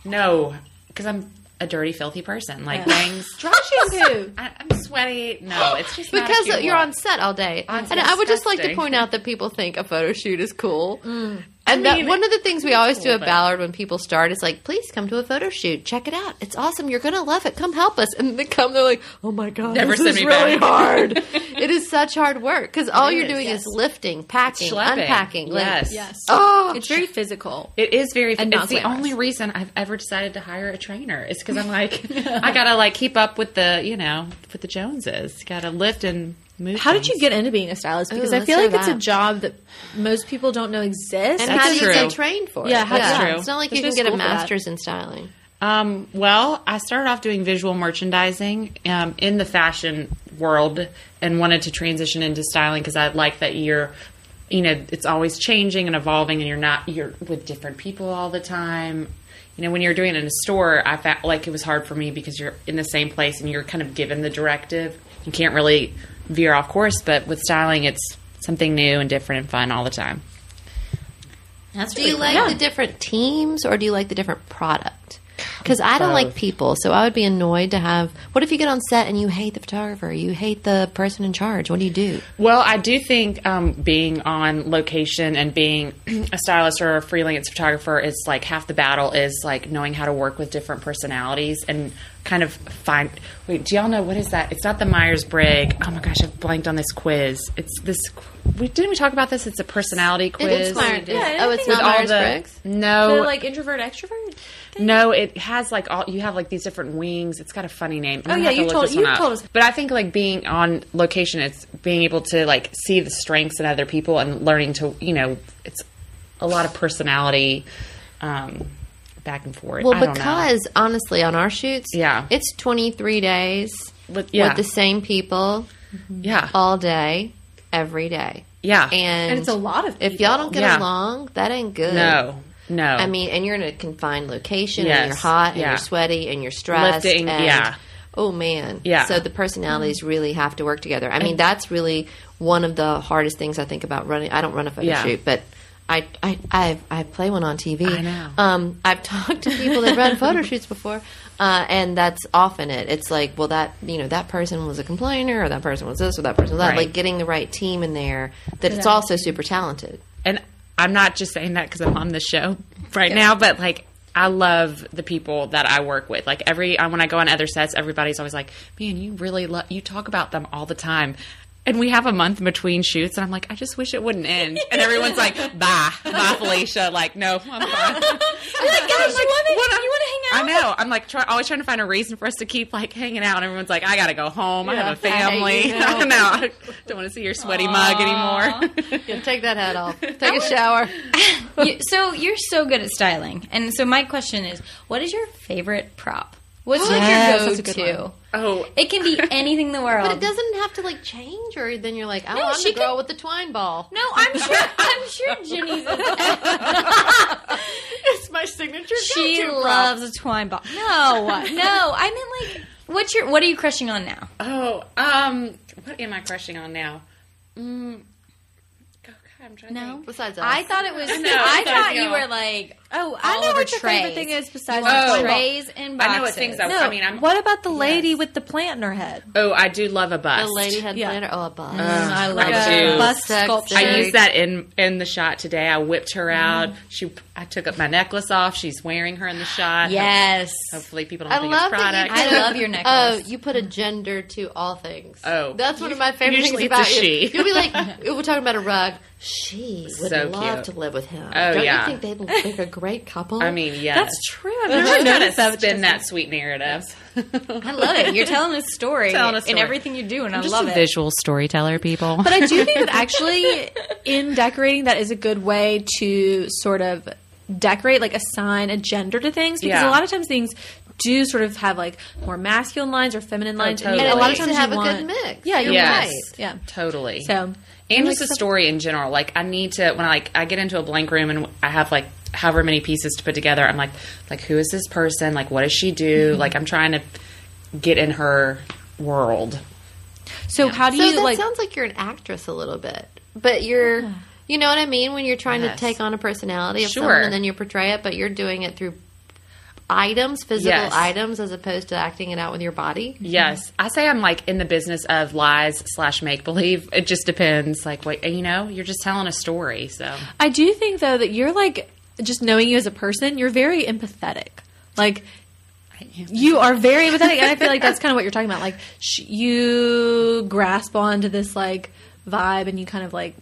[SPEAKER 4] No, because I'm a dirty, filthy person. Like bangs.
[SPEAKER 1] Dry shampoo.
[SPEAKER 4] I, I'm sweaty. No, it's just not a
[SPEAKER 3] because
[SPEAKER 4] cute
[SPEAKER 3] you're
[SPEAKER 4] look.
[SPEAKER 3] on set all day.
[SPEAKER 4] Oh,
[SPEAKER 3] and
[SPEAKER 4] it's
[SPEAKER 3] I would just like to
[SPEAKER 4] disgusting.
[SPEAKER 3] point out that people think a photo shoot is cool. And that
[SPEAKER 4] Mm. mean,
[SPEAKER 3] one of the things we always do
[SPEAKER 4] cool,
[SPEAKER 3] at
[SPEAKER 4] but-
[SPEAKER 3] Ballard when people start is like, please come to a photo shoot. Check it out. It's awesome. You're going to love it. Come help us. And they come, they're like, oh my God,
[SPEAKER 4] Never
[SPEAKER 3] this
[SPEAKER 4] send
[SPEAKER 3] is
[SPEAKER 4] me
[SPEAKER 3] really
[SPEAKER 4] back.
[SPEAKER 3] hard. it is such hard work because all
[SPEAKER 4] It
[SPEAKER 3] you're
[SPEAKER 4] is,
[SPEAKER 3] doing
[SPEAKER 4] yes.
[SPEAKER 3] is lifting, packing,
[SPEAKER 4] Schlepping.
[SPEAKER 3] unpacking. Like,
[SPEAKER 4] Yes.
[SPEAKER 1] Yes.
[SPEAKER 3] Oh,
[SPEAKER 1] It's very physical.
[SPEAKER 4] It is very.
[SPEAKER 1] And
[SPEAKER 4] It's the
[SPEAKER 1] non-glamorous.
[SPEAKER 4] only reason I've ever decided to hire a trainer is because I'm like, I gotta like keep up with the you know with the Joneses. Gotta lift and move.
[SPEAKER 1] How did you
[SPEAKER 4] things.
[SPEAKER 1] get into being a stylist? Because I
[SPEAKER 3] let's
[SPEAKER 1] feel
[SPEAKER 3] hear
[SPEAKER 1] like it's a
[SPEAKER 3] that.
[SPEAKER 1] job that most people don't know exists.
[SPEAKER 3] and
[SPEAKER 4] That's
[SPEAKER 3] how do you
[SPEAKER 4] true.
[SPEAKER 3] get trained for
[SPEAKER 1] Yeah,
[SPEAKER 3] it?
[SPEAKER 1] how-
[SPEAKER 4] That's true.
[SPEAKER 3] It's not like you
[SPEAKER 1] There's
[SPEAKER 3] can
[SPEAKER 1] no
[SPEAKER 3] get a
[SPEAKER 1] school for that.
[SPEAKER 3] master's in styling.
[SPEAKER 4] Um, well, I started off doing visual merchandising um, in the fashion world and wanted to transition into styling because I like that you're, you know, it's always changing and evolving and you're not, you're with different people all the time. You know, when you're doing it in a store, I felt like it was hard for me because you're in the same place and you're kind of given the directive. You can't really veer off course, but with styling, it's something new and different and fun all the time.
[SPEAKER 2] That's
[SPEAKER 3] Do you like the different teams or do you like the different product? Because I don't like
[SPEAKER 4] Both.
[SPEAKER 3] people, so I would be annoyed to have. What if you get on set and you hate the photographer, you hate the person in charge? What do you do?
[SPEAKER 4] Well, I do think um, being on location and being a stylist or a freelance photographer is like half the battle is like knowing how to work with different personalities and kind of find. Wait, do y'all know what is that? It's not the Myers Briggs. Oh my gosh, I've blanked on this quiz. It's this. qu- We didn't we talk about this? It's a personality quiz.
[SPEAKER 1] Yeah,
[SPEAKER 3] oh,
[SPEAKER 1] I
[SPEAKER 3] it's not
[SPEAKER 1] think
[SPEAKER 4] All
[SPEAKER 3] Myers
[SPEAKER 4] the-
[SPEAKER 3] Briggs.
[SPEAKER 4] No,
[SPEAKER 1] They're like introvert, extrovert.
[SPEAKER 4] no, it has like all you have like these different wings. It's got a funny name. I'm
[SPEAKER 1] Oh,
[SPEAKER 4] gonna
[SPEAKER 1] yeah,
[SPEAKER 4] have to
[SPEAKER 1] you
[SPEAKER 4] look
[SPEAKER 1] told-
[SPEAKER 4] this one
[SPEAKER 1] you
[SPEAKER 4] up.
[SPEAKER 1] told us.
[SPEAKER 4] But I think like being on location, it's being able to like see the strengths in other people and learning to you know, it's a lot of personality, um, back and forth. I
[SPEAKER 3] Well,
[SPEAKER 4] don't know.
[SPEAKER 3] because honestly, on our shoots,
[SPEAKER 4] Yeah.
[SPEAKER 3] it's twenty three days
[SPEAKER 4] With- yeah.
[SPEAKER 3] with the same people
[SPEAKER 4] yeah,
[SPEAKER 3] all day, every day.
[SPEAKER 4] yeah,
[SPEAKER 3] And,
[SPEAKER 1] And it's a lot of
[SPEAKER 3] If
[SPEAKER 1] people.
[SPEAKER 3] y'all don't get
[SPEAKER 4] Yeah.
[SPEAKER 3] along, that ain't good.
[SPEAKER 4] no, no,
[SPEAKER 3] I mean, and you're in a confined location, and
[SPEAKER 4] Yes,
[SPEAKER 3] you're hot, and
[SPEAKER 4] yeah.
[SPEAKER 3] you're sweaty, and you're stressed,
[SPEAKER 4] Lifting,
[SPEAKER 3] and
[SPEAKER 4] yeah.
[SPEAKER 3] oh man.
[SPEAKER 4] Yeah. Mm-hmm.
[SPEAKER 3] So the personalities really have to work together. I mean, that's really one of the hardest things I think about running. I don't run a photo
[SPEAKER 4] Yeah.
[SPEAKER 3] shoot, but. I, I, I, I play one on TV.
[SPEAKER 4] I know.
[SPEAKER 3] Um, I've talked to people that run photo shoots before, uh, and that's often it. It's like, well, that you know, that person was a complainer, or that person was this, or that person was that.
[SPEAKER 4] Right.
[SPEAKER 3] Like getting the right team in there that it's also super talented.
[SPEAKER 4] and I'm not just saying that because I'm on the show right now, but like I love the people that I work with. Like every uh, when I go on other sets, everybody's always like, "Man, you really love you talk about them all the time." And we have a month between shoots, and I'm like, I just wish it wouldn't end. And everyone's like, "Bye, bye, Felicia." Like, no, I'm fine. I'm like, guys,
[SPEAKER 1] Oh
[SPEAKER 2] you wanna- you wanna hang
[SPEAKER 4] I know. I'm like, try, always trying to find a reason for us to keep like hanging out. And everyone's like, I gotta go home. I have a family. I know. I don't want to see your sweaty mug anymore.
[SPEAKER 3] take that hat off. Take a shower.
[SPEAKER 2] You- so you're so good at styling, and so my question is, what is your favorite prop? What's
[SPEAKER 3] Yes,
[SPEAKER 2] like your
[SPEAKER 3] that's a good
[SPEAKER 2] go-to?
[SPEAKER 4] oh,
[SPEAKER 2] It can be anything in the world.
[SPEAKER 3] But it doesn't have to like change, or then you're like, oh,
[SPEAKER 2] No,
[SPEAKER 3] I'm
[SPEAKER 2] she
[SPEAKER 3] the girl
[SPEAKER 2] can-
[SPEAKER 3] with the twine ball.
[SPEAKER 2] No, I'm sure. I'm sure Jenny's.
[SPEAKER 3] It's my signature.
[SPEAKER 2] she loves a twine ball. No, no. I meant like, what's your? What are you crushing on now?
[SPEAKER 4] Oh, um, what am I crushing on now? Mm. Oh, God, I'm trying to
[SPEAKER 2] No.
[SPEAKER 4] think.
[SPEAKER 3] Besides us,
[SPEAKER 2] I thought it was. I,
[SPEAKER 4] know, I thought
[SPEAKER 2] thought
[SPEAKER 4] you
[SPEAKER 2] you
[SPEAKER 4] were.
[SPEAKER 2] were like, oh,
[SPEAKER 1] I know
[SPEAKER 2] Oliver
[SPEAKER 1] what your favorite
[SPEAKER 2] Trays.
[SPEAKER 1] thing is besides
[SPEAKER 4] Oh.
[SPEAKER 1] the twine
[SPEAKER 2] Trays and boxes.
[SPEAKER 4] I know what things I-
[SPEAKER 1] ball. No,
[SPEAKER 4] mean, I'm-
[SPEAKER 1] what about the lady with the plant in her head?
[SPEAKER 4] Oh, I do love a bust.
[SPEAKER 3] the lady had
[SPEAKER 1] Yeah.
[SPEAKER 3] planner. Oh, a bus.
[SPEAKER 2] I love
[SPEAKER 4] I
[SPEAKER 2] that.
[SPEAKER 4] do.
[SPEAKER 1] bust
[SPEAKER 3] Sexy.
[SPEAKER 1] sculpture.
[SPEAKER 4] I used that in in the shot today. I whipped her out. She, I took up my necklace off. She's wearing her in the shot.
[SPEAKER 2] Yes.
[SPEAKER 4] Hopefully, people don't
[SPEAKER 3] I
[SPEAKER 4] think
[SPEAKER 3] love
[SPEAKER 4] it's
[SPEAKER 3] that
[SPEAKER 4] product.
[SPEAKER 3] you
[SPEAKER 2] I
[SPEAKER 3] put a-
[SPEAKER 2] love your necklace.
[SPEAKER 3] Oh, you put a gender to all things.
[SPEAKER 4] Oh.
[SPEAKER 3] that's one of my favorite things
[SPEAKER 4] Usually it's a
[SPEAKER 3] about you.
[SPEAKER 4] she.
[SPEAKER 3] You'll be like, we're talking about a rug. She would
[SPEAKER 4] So
[SPEAKER 3] love
[SPEAKER 4] cute.
[SPEAKER 3] to live with him.
[SPEAKER 4] Oh,
[SPEAKER 3] Don't
[SPEAKER 4] yeah.
[SPEAKER 3] you think they'd make a great couple?
[SPEAKER 4] I mean, yes.
[SPEAKER 1] That's true. I've
[SPEAKER 4] She's
[SPEAKER 1] never
[SPEAKER 4] gotta
[SPEAKER 1] noticed that. but she
[SPEAKER 4] spin
[SPEAKER 1] does
[SPEAKER 4] that sweet narrative.
[SPEAKER 2] I love it. You're telling a story,
[SPEAKER 4] Telling a
[SPEAKER 2] in
[SPEAKER 4] story.
[SPEAKER 2] everything you do, and i
[SPEAKER 4] I'm just
[SPEAKER 2] love
[SPEAKER 4] a
[SPEAKER 2] it.
[SPEAKER 4] visual storyteller, people.
[SPEAKER 1] But I do think that actually, in decorating, that is a good way to sort of decorate, like assign a gender to things, because
[SPEAKER 4] Yeah.
[SPEAKER 1] a lot of times things do sort of have like more masculine lines or feminine lines,
[SPEAKER 4] totally.
[SPEAKER 1] a lot of
[SPEAKER 3] And it
[SPEAKER 1] times
[SPEAKER 3] makes it have
[SPEAKER 1] you
[SPEAKER 3] a good
[SPEAKER 1] want-
[SPEAKER 3] mix.
[SPEAKER 1] Yeah, you're
[SPEAKER 4] Yes.
[SPEAKER 1] right. Yeah,
[SPEAKER 4] Totally.
[SPEAKER 1] So,
[SPEAKER 4] and
[SPEAKER 1] like
[SPEAKER 4] just a
[SPEAKER 1] stuff-
[SPEAKER 4] story in general. Like I need to when I like I get into a blank room and I have like however many pieces to put together. I'm like, like who is this person? Like what does she do? Like I'm trying to get in her world.
[SPEAKER 1] So how do
[SPEAKER 3] So
[SPEAKER 1] you
[SPEAKER 3] that
[SPEAKER 1] like?
[SPEAKER 3] sounds like you're an actress a little bit, but you're, you know what I mean? When you're trying
[SPEAKER 4] Yes.
[SPEAKER 3] to take on a personality of
[SPEAKER 4] Sure.
[SPEAKER 3] someone and then you portray it, but you're doing it through items, physical
[SPEAKER 4] Yes.
[SPEAKER 3] items, as opposed to acting it out with your body.
[SPEAKER 4] Yes, I say I'm like in the business of lies slash make believe. It just depends. Like what you know, you're just telling a story. So
[SPEAKER 1] I do think though that you're like just knowing you as a person, you're very empathetic. Like you are very empathetic, and I feel like that's kind of what you're talking about. Like sh- you grasp onto this like vibe, and you kind of like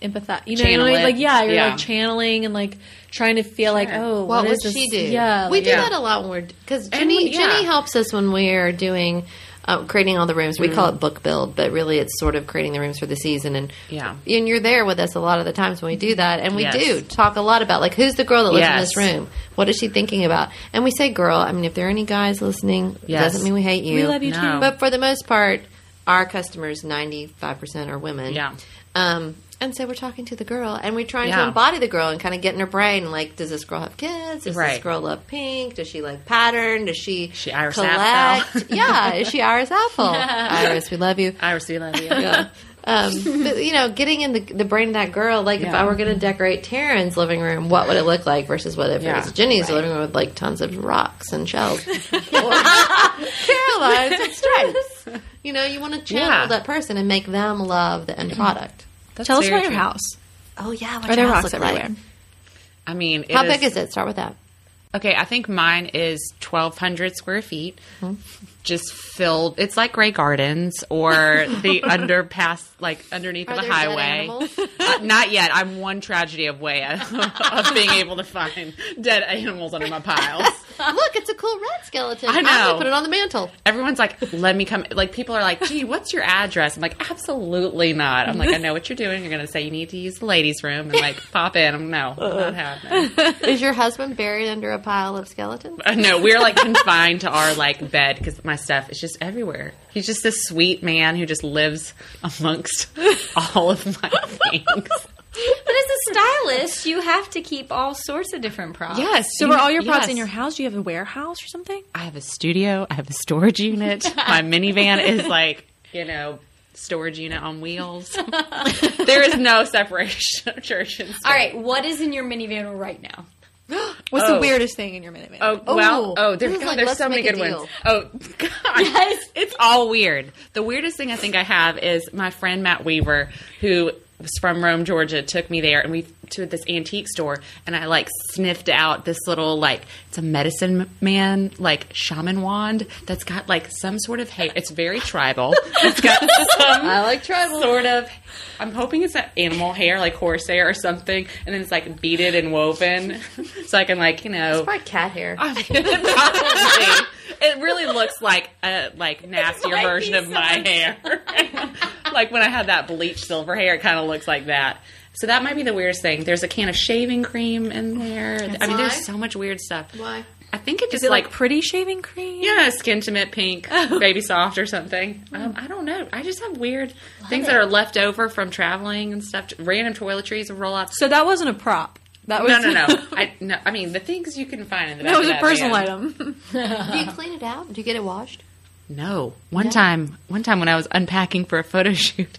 [SPEAKER 1] empathize. You know,
[SPEAKER 4] Channel
[SPEAKER 1] what I mean?
[SPEAKER 4] it.
[SPEAKER 1] like yeah, you're
[SPEAKER 4] Yeah.
[SPEAKER 1] like channeling and like trying to feel like
[SPEAKER 4] Sure.
[SPEAKER 1] oh,
[SPEAKER 3] What,
[SPEAKER 1] is
[SPEAKER 3] would
[SPEAKER 1] this?
[SPEAKER 3] she do?
[SPEAKER 1] Yeah,
[SPEAKER 3] we
[SPEAKER 1] like-
[SPEAKER 3] do
[SPEAKER 4] Yeah.
[SPEAKER 3] that a lot when we're because
[SPEAKER 4] And
[SPEAKER 3] Jenny
[SPEAKER 4] we- yeah.
[SPEAKER 3] Jenny helps us when we're doing. Uh, creating all the rooms, we call it book build, but really it's sort of creating the rooms for the season. And
[SPEAKER 4] Yeah.
[SPEAKER 3] and you're there with us a lot of the times when we do that, and we
[SPEAKER 4] Yes.
[SPEAKER 3] do talk a lot about like who's the girl that lives in
[SPEAKER 4] Yes.
[SPEAKER 3] this room, what is she thinking about, and we say girl. I mean, if there are any guys listening, it
[SPEAKER 4] Yes.
[SPEAKER 3] doesn't mean we hate you.
[SPEAKER 1] we love you
[SPEAKER 4] No.
[SPEAKER 1] too.
[SPEAKER 3] But for the most part, our customers, 95% are women.
[SPEAKER 4] Yeah.
[SPEAKER 3] Um, and so we're talking to the girl and we're trying to
[SPEAKER 4] Yeah.
[SPEAKER 3] embody the girl and kind of get in her brain like, does this girl have kids? Does this
[SPEAKER 4] Right.
[SPEAKER 3] girl love pink? Does she like pattern? Does she,
[SPEAKER 4] She Iris
[SPEAKER 3] collect?
[SPEAKER 4] Apfel.
[SPEAKER 3] yeah, is she Iris Apple? Iris, we love you.
[SPEAKER 4] I receive love you.
[SPEAKER 3] Yeah. Um, but, you know, getting in the, the brain of that girl, like if
[SPEAKER 4] Yeah.
[SPEAKER 3] I were going to decorate Taryn's living room, what would it look like versus what if
[SPEAKER 4] Yeah.
[SPEAKER 3] it was Jenny's living room with like tons of rocks and shells, or Caroline's and stripes. You know, you want to channel
[SPEAKER 4] Yeah.
[SPEAKER 3] that person and make them love the end product.
[SPEAKER 4] That's
[SPEAKER 1] Tell us
[SPEAKER 4] very
[SPEAKER 1] about your
[SPEAKER 4] true.
[SPEAKER 1] house.
[SPEAKER 3] Oh yeah, what
[SPEAKER 1] Are there
[SPEAKER 3] your house
[SPEAKER 1] rocks
[SPEAKER 3] look like?
[SPEAKER 1] everywhere?
[SPEAKER 4] I mean,
[SPEAKER 3] How big is it? Start with that.
[SPEAKER 4] Okay, I think mine is twelve hundred square feet, just filled. It's like Grey Gardens or the underpass, like underneath
[SPEAKER 3] Are
[SPEAKER 4] of a
[SPEAKER 3] there dead
[SPEAKER 4] highway.
[SPEAKER 3] animals?
[SPEAKER 4] Uh, Not yet. I'm one tragedy away of, of being able to find dead animals under my piles.
[SPEAKER 3] Look, it's a cool rat skeleton.
[SPEAKER 4] I
[SPEAKER 3] I'm gonna
[SPEAKER 4] know.
[SPEAKER 3] put it on the mantle.
[SPEAKER 4] Everyone's like, "Let me come." Like people are like, "Gee, what's your address?" I'm like, "Absolutely not." I'm like, "I know what you're doing. You're gonna say you need to use the ladies' room and like pop in." I'm no, not happening.
[SPEAKER 3] Is your husband buried under a pile of skeletons?
[SPEAKER 4] Uh, no, we're like confined to our like bed because my stuff is just everywhere. He's just this sweet man who just lives amongst all of my things.
[SPEAKER 2] But as a stylist, you have to keep all sorts of different props.
[SPEAKER 4] Yes.
[SPEAKER 1] So,
[SPEAKER 4] you
[SPEAKER 1] were
[SPEAKER 4] know-
[SPEAKER 1] all your props
[SPEAKER 4] yes.
[SPEAKER 1] in your house? Do you have a warehouse or something?
[SPEAKER 4] I have a studio. I have a storage unit. My minivan is like, you know, storage unit on wheels. there is no separation of church and state.
[SPEAKER 2] All right, what is in your minivan right now?
[SPEAKER 1] What's the
[SPEAKER 4] Oh.
[SPEAKER 1] weirdest thing in your minivan?
[SPEAKER 4] Oh, well, oh, there,
[SPEAKER 3] This is
[SPEAKER 4] God,
[SPEAKER 3] like,
[SPEAKER 4] there's
[SPEAKER 3] let's
[SPEAKER 4] so many
[SPEAKER 3] make a
[SPEAKER 4] good
[SPEAKER 3] deal.
[SPEAKER 4] ones. Oh, God. It's all weird. The weirdest thing I think I have is my friend Matt Weaver, who was from Rome, Georgia, took me there, and we to this antique store, and I like sniffed out this little like it's a medicine man like shaman wand that's got like some sort of hair. It's very tribal. It's got some
[SPEAKER 3] I like tribal.
[SPEAKER 4] sort of. I'm hoping it's that animal hair, like horse hair or something, and then it's like beaded and woven, so I can like you know
[SPEAKER 3] Probably cat hair.
[SPEAKER 4] Honestly, it really looks like a like nastier
[SPEAKER 2] might be
[SPEAKER 4] version of my hair. like when I had that bleached silver hair, it kind of looks like that. So that might be the weirdest thing. There's a can of shaving cream in there. I mean,
[SPEAKER 3] Why?
[SPEAKER 4] there's so much weird stuff.
[SPEAKER 3] Why?
[SPEAKER 4] I think it just
[SPEAKER 1] Is it like,
[SPEAKER 4] like
[SPEAKER 1] pretty shaving cream?
[SPEAKER 4] yeah, skin to mint pink, baby soft or something. Um, I don't know. I just have weird things that are left over from traveling and stuff. Random toiletries and roll offs.
[SPEAKER 1] So that wasn't a prop. That was
[SPEAKER 4] No, no, no. I no. I mean, the things you can find in the back
[SPEAKER 1] that was
[SPEAKER 4] of
[SPEAKER 1] a personal
[SPEAKER 4] van.
[SPEAKER 1] item.
[SPEAKER 3] Do you clean it out? Do you get it washed?
[SPEAKER 4] No. One time, one time when I was unpacking for a photo shoot,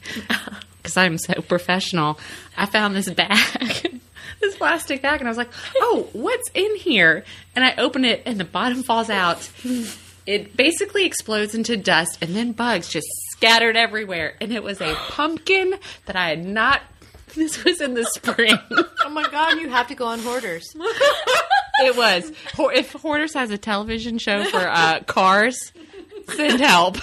[SPEAKER 4] because I'm so professional, I found this bag, this plastic bag, and I was like, "Oh, what's in here?" And I open it, and the bottom falls out. It basically explodes into dust, and then bugs just scattered everywhere. And it was a pumpkin that I had not. This was in the spring.
[SPEAKER 3] Oh my god, you have to go on hoarders.
[SPEAKER 4] it was. Ho- If Hoarders has a television show for uh, cars, send help.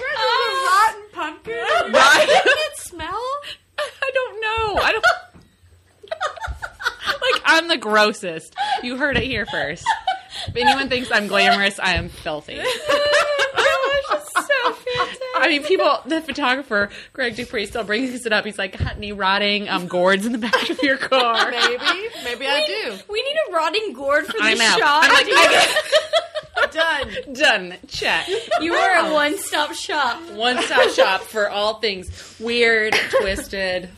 [SPEAKER 4] Oh.
[SPEAKER 1] rotten pumpkin.
[SPEAKER 4] it smell? I don't know. I don't. like I'm the grossest. You heard it here first. If anyone thinks I'm glamorous, I am filthy. I mean, people. The photographer Greg Dupree still brings it up. He's like, "Got any rotting um, gourds in the back of your car?"
[SPEAKER 3] Maybe, maybe I do.
[SPEAKER 2] We need a rotting gourd for
[SPEAKER 4] I'm
[SPEAKER 2] this
[SPEAKER 4] out.
[SPEAKER 2] shop.
[SPEAKER 4] I'm like, I
[SPEAKER 3] Done.
[SPEAKER 4] get- done. Check.
[SPEAKER 2] you are a one-stop shop.
[SPEAKER 4] One stop shop for all things weird, twisted.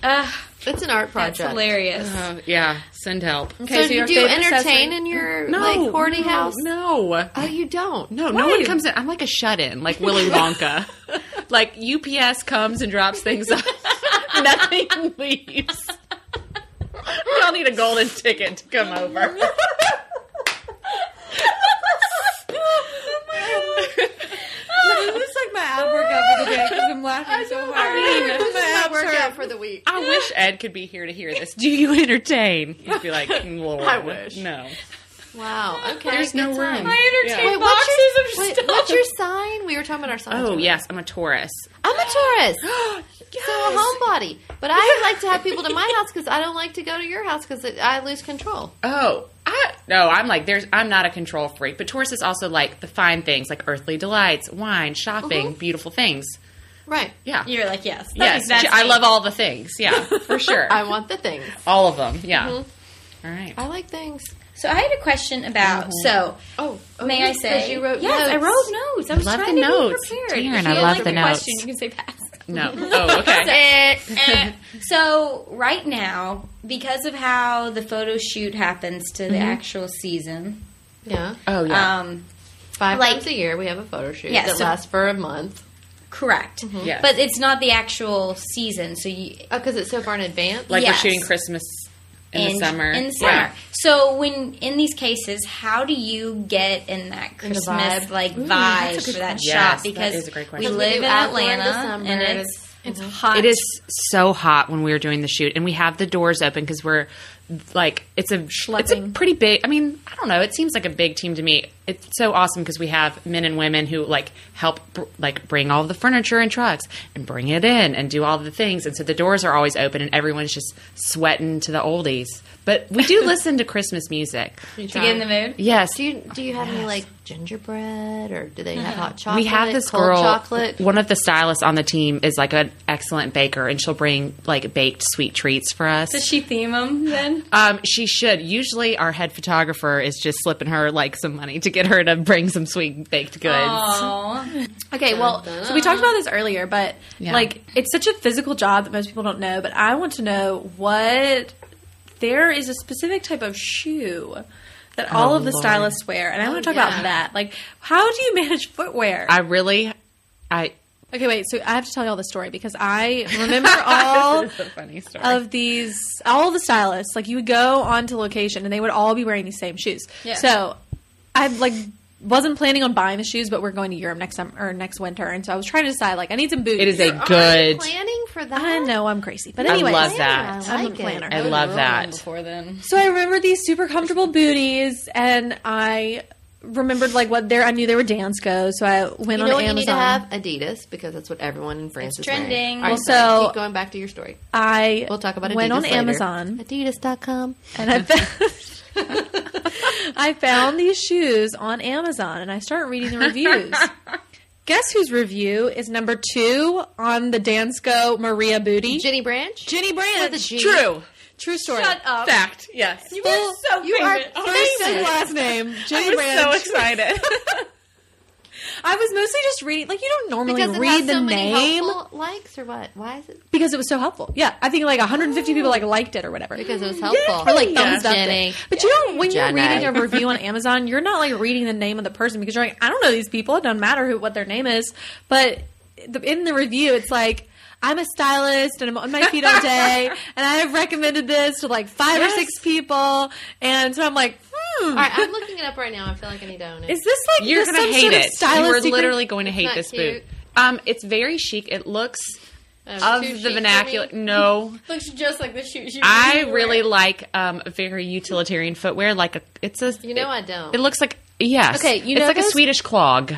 [SPEAKER 3] It's an art
[SPEAKER 2] That's
[SPEAKER 3] project.
[SPEAKER 2] hilarious.
[SPEAKER 4] Uh, yeah, send help.
[SPEAKER 3] So,
[SPEAKER 1] so
[SPEAKER 3] you
[SPEAKER 1] your
[SPEAKER 3] do
[SPEAKER 1] favorite
[SPEAKER 3] entertain
[SPEAKER 1] accessory-
[SPEAKER 3] in your like hoarding
[SPEAKER 4] no,
[SPEAKER 3] house?
[SPEAKER 4] No.
[SPEAKER 3] Oh, you don't.
[SPEAKER 4] No, no one comes in. I'm like a shut in, like Willy Wonka. like UPS comes and drops things up, nothing leaves. We all need a golden ticket to come over.
[SPEAKER 1] It's like my ab workout for the day because I'm laughing so hard.
[SPEAKER 3] This is my
[SPEAKER 1] ab
[SPEAKER 3] workout for the week.
[SPEAKER 4] I wish Ed could be here to hear this. Do you entertain? He'd be like, Lord,
[SPEAKER 3] I wish.
[SPEAKER 4] No,
[SPEAKER 3] Wow. Okay.
[SPEAKER 4] there's
[SPEAKER 3] good time.
[SPEAKER 4] no room.
[SPEAKER 2] I entertain
[SPEAKER 4] Yeah.
[SPEAKER 3] Wait, what's
[SPEAKER 2] boxes
[SPEAKER 3] your,
[SPEAKER 2] of
[SPEAKER 3] wait,
[SPEAKER 2] stuff.
[SPEAKER 3] what's your sign? We were talking about our sign.
[SPEAKER 4] Oh yes, I'm a Taurus.
[SPEAKER 3] I'm a Taurus. So a homebody. But I like to have people to my house because I don't like to go to your house because I lose control.
[SPEAKER 4] Oh, I no, I'm like there's I'm not a control freak, but Taurus is also like the fine things, like earthly delights, wine, shopping, beautiful things.
[SPEAKER 3] Right.
[SPEAKER 4] Yeah.
[SPEAKER 2] You're like, yes.
[SPEAKER 4] yes,
[SPEAKER 2] that's
[SPEAKER 4] I
[SPEAKER 2] me.
[SPEAKER 4] love all the things. Yeah, for sure.
[SPEAKER 3] I Uh-huh. want the things.
[SPEAKER 4] all of them. Yeah.
[SPEAKER 2] Uh-huh.
[SPEAKER 4] All right.
[SPEAKER 3] I like things.
[SPEAKER 2] Mm-hmm. So I had a question about,
[SPEAKER 4] Mm-hmm.
[SPEAKER 2] so,
[SPEAKER 3] Oh, oh,
[SPEAKER 2] may
[SPEAKER 3] you-
[SPEAKER 2] I say?
[SPEAKER 3] 'cause you wrote
[SPEAKER 2] yes, I
[SPEAKER 3] notes.
[SPEAKER 2] wrote notes. I was
[SPEAKER 4] Love the
[SPEAKER 2] trying to
[SPEAKER 4] notes.
[SPEAKER 2] be prepared.
[SPEAKER 4] Taryn,
[SPEAKER 2] If
[SPEAKER 4] I
[SPEAKER 2] you
[SPEAKER 4] love
[SPEAKER 2] like
[SPEAKER 4] the
[SPEAKER 2] the
[SPEAKER 4] notes.
[SPEAKER 2] question, you can say pass.
[SPEAKER 4] No. Oh, okay.
[SPEAKER 3] Eh,
[SPEAKER 2] Eh. so right now, because of how the photo shoot happens to the actual season,
[SPEAKER 3] yeah.
[SPEAKER 4] Oh Mm-hmm. yeah.
[SPEAKER 2] um,
[SPEAKER 3] Five
[SPEAKER 2] Like-
[SPEAKER 3] times a year we have a photo shoot
[SPEAKER 2] Yeah,
[SPEAKER 3] that
[SPEAKER 2] so-
[SPEAKER 3] lasts for a month.
[SPEAKER 2] correct.
[SPEAKER 4] Yes.
[SPEAKER 2] But it's not the actual season, so you
[SPEAKER 3] Oh, because it's so far in advance.
[SPEAKER 4] like
[SPEAKER 2] yes.
[SPEAKER 4] we're shooting Christmas in, the summer.
[SPEAKER 2] In the summer.
[SPEAKER 4] Yeah.
[SPEAKER 2] So when in these cases, how do you get in that
[SPEAKER 3] In the
[SPEAKER 2] Christmas
[SPEAKER 3] vibe.
[SPEAKER 2] like vibe
[SPEAKER 4] that's a good
[SPEAKER 2] for that
[SPEAKER 4] question.
[SPEAKER 2] shop?
[SPEAKER 4] Yes, that
[SPEAKER 2] because
[SPEAKER 4] is a great
[SPEAKER 2] we
[SPEAKER 4] question.
[SPEAKER 2] live in
[SPEAKER 3] do outdoor in
[SPEAKER 2] Atlanta
[SPEAKER 3] December.
[SPEAKER 2] and
[SPEAKER 3] It
[SPEAKER 2] it's
[SPEAKER 3] is-
[SPEAKER 2] it's hot.
[SPEAKER 4] It is so hot when we were doing the shoot, and we have the doors open because we're like it's a it's a
[SPEAKER 1] Schlepping.
[SPEAKER 4] pretty big. I mean, I don't know. It seems like a big team to me. It's so awesome because we have men and women who like help br- like bring all the furniture and trucks and bring it in and do all the things, and so the doors are always open, and everyone's just sweating to the oldies. But we do listen to Christmas music.
[SPEAKER 3] to
[SPEAKER 2] to get in the mood.
[SPEAKER 4] Yes,
[SPEAKER 3] Do you do you have any like gingerbread or do they have hot chocolate?
[SPEAKER 4] we have this
[SPEAKER 3] cold
[SPEAKER 4] girl
[SPEAKER 3] chocolate.
[SPEAKER 4] one of the stylists on the team is like an excellent baker and she'll bring like baked sweet treats for us
[SPEAKER 2] Does she theme them then?
[SPEAKER 1] one?
[SPEAKER 4] Um, she should. Usually, our head photographer is just slipping her like some money to get her to bring some sweet baked goods.
[SPEAKER 2] Aw.
[SPEAKER 1] Okay, well, so we talked about this earlier, but
[SPEAKER 4] Yeah.
[SPEAKER 1] like it's such a physical job that most people don't know, but I want to know what there is a specific type of shoe that all
[SPEAKER 4] Oh,
[SPEAKER 1] of the
[SPEAKER 4] Lord. Oh,
[SPEAKER 1] stylists wear, and I want to talk
[SPEAKER 2] yeah.
[SPEAKER 1] about that. Like, how do you manage footwear?
[SPEAKER 4] I really, I
[SPEAKER 1] okay, wait, so I have to tell y'all the story because I remember all
[SPEAKER 4] This is a funny story.
[SPEAKER 1] of these all the stylists like you would go onto location and they would all be wearing these same shoes
[SPEAKER 2] Yeah.
[SPEAKER 1] so i like wasn't planning on buying the shoes but we're going to europe next summer or next winter and so i was trying to decide like i need some boots
[SPEAKER 4] it is a
[SPEAKER 3] Are you
[SPEAKER 4] good.
[SPEAKER 3] planning for that.
[SPEAKER 1] i know i'm crazy but
[SPEAKER 4] I
[SPEAKER 1] anyway
[SPEAKER 4] love
[SPEAKER 3] Yeah,
[SPEAKER 4] that.
[SPEAKER 3] I
[SPEAKER 1] I'm a
[SPEAKER 3] like it.
[SPEAKER 1] planner.
[SPEAKER 4] I love that.
[SPEAKER 2] Before then,
[SPEAKER 1] so i remember these super comfortable booties and i remembered like what there i knew they were dansko so i went
[SPEAKER 3] You
[SPEAKER 1] on
[SPEAKER 3] know what
[SPEAKER 1] amazon
[SPEAKER 3] you need to have? Adidas because that's what everyone in France is
[SPEAKER 2] It's
[SPEAKER 3] wearing.
[SPEAKER 2] trending.
[SPEAKER 3] All right,
[SPEAKER 1] Well,
[SPEAKER 3] so
[SPEAKER 1] so-
[SPEAKER 3] keep going back to your story.
[SPEAKER 1] i
[SPEAKER 3] We'll talk about Adidas
[SPEAKER 1] went on
[SPEAKER 3] later.
[SPEAKER 1] amazon
[SPEAKER 3] Adidas.com.
[SPEAKER 1] and I found, I found these shoes on Amazon and I started reading the reviews. Guess whose review is number two on the Dansko Maria booty?
[SPEAKER 3] Jenny Branch.
[SPEAKER 1] Jenny Brandt.
[SPEAKER 3] With a G.
[SPEAKER 1] True. True story.
[SPEAKER 2] shut up.
[SPEAKER 4] Fact. Yes.
[SPEAKER 2] You are so
[SPEAKER 3] you are
[SPEAKER 2] famous.
[SPEAKER 1] First and last name, Jenny Brandt.
[SPEAKER 4] excited.
[SPEAKER 1] I was mostly just reading, like you don't normally
[SPEAKER 3] Because it
[SPEAKER 1] read
[SPEAKER 3] has
[SPEAKER 1] the
[SPEAKER 3] so many
[SPEAKER 1] name
[SPEAKER 3] helpful likes or what? Why is it?
[SPEAKER 1] because it was so helpful. Yeah, I think like 150 people like liked it or whatever.
[SPEAKER 3] Because it was helpful.
[SPEAKER 1] or like thumbs up
[SPEAKER 3] Jenny.
[SPEAKER 1] it. But you don't when you're
[SPEAKER 3] Jenny.
[SPEAKER 1] reading a review on Amazon, you're not like reading the name of the person because you're like, I don't know these people. It doesn't matter who what their name is. But the, in the review, it's like. I'm a stylist and I'm on my feet all day, and I have recommended this to like five
[SPEAKER 4] Yes.
[SPEAKER 1] or six people, and so I'm like, hmm,
[SPEAKER 3] All right, I'm looking it up right now. I feel like I need to own it.
[SPEAKER 1] is this like
[SPEAKER 4] You're
[SPEAKER 1] this
[SPEAKER 4] gonna
[SPEAKER 1] some
[SPEAKER 4] hate
[SPEAKER 1] sort of
[SPEAKER 4] it. You are
[SPEAKER 1] stylistic-
[SPEAKER 4] literally going to hate
[SPEAKER 3] not
[SPEAKER 4] this
[SPEAKER 3] cute.
[SPEAKER 4] boot. Um, it's very chic. It looks
[SPEAKER 3] Uh,
[SPEAKER 4] of
[SPEAKER 3] too chic
[SPEAKER 4] the
[SPEAKER 3] for me?
[SPEAKER 4] vernacular. No,
[SPEAKER 2] Looks just like the shoes you.
[SPEAKER 4] I
[SPEAKER 2] wear.
[SPEAKER 4] really like um very utilitarian footwear. Like a, it's a.
[SPEAKER 3] You know I don't.
[SPEAKER 4] It looks like yes.
[SPEAKER 1] Okay, you
[SPEAKER 4] it's
[SPEAKER 1] know
[SPEAKER 4] like a
[SPEAKER 1] those-
[SPEAKER 4] Swedish clog.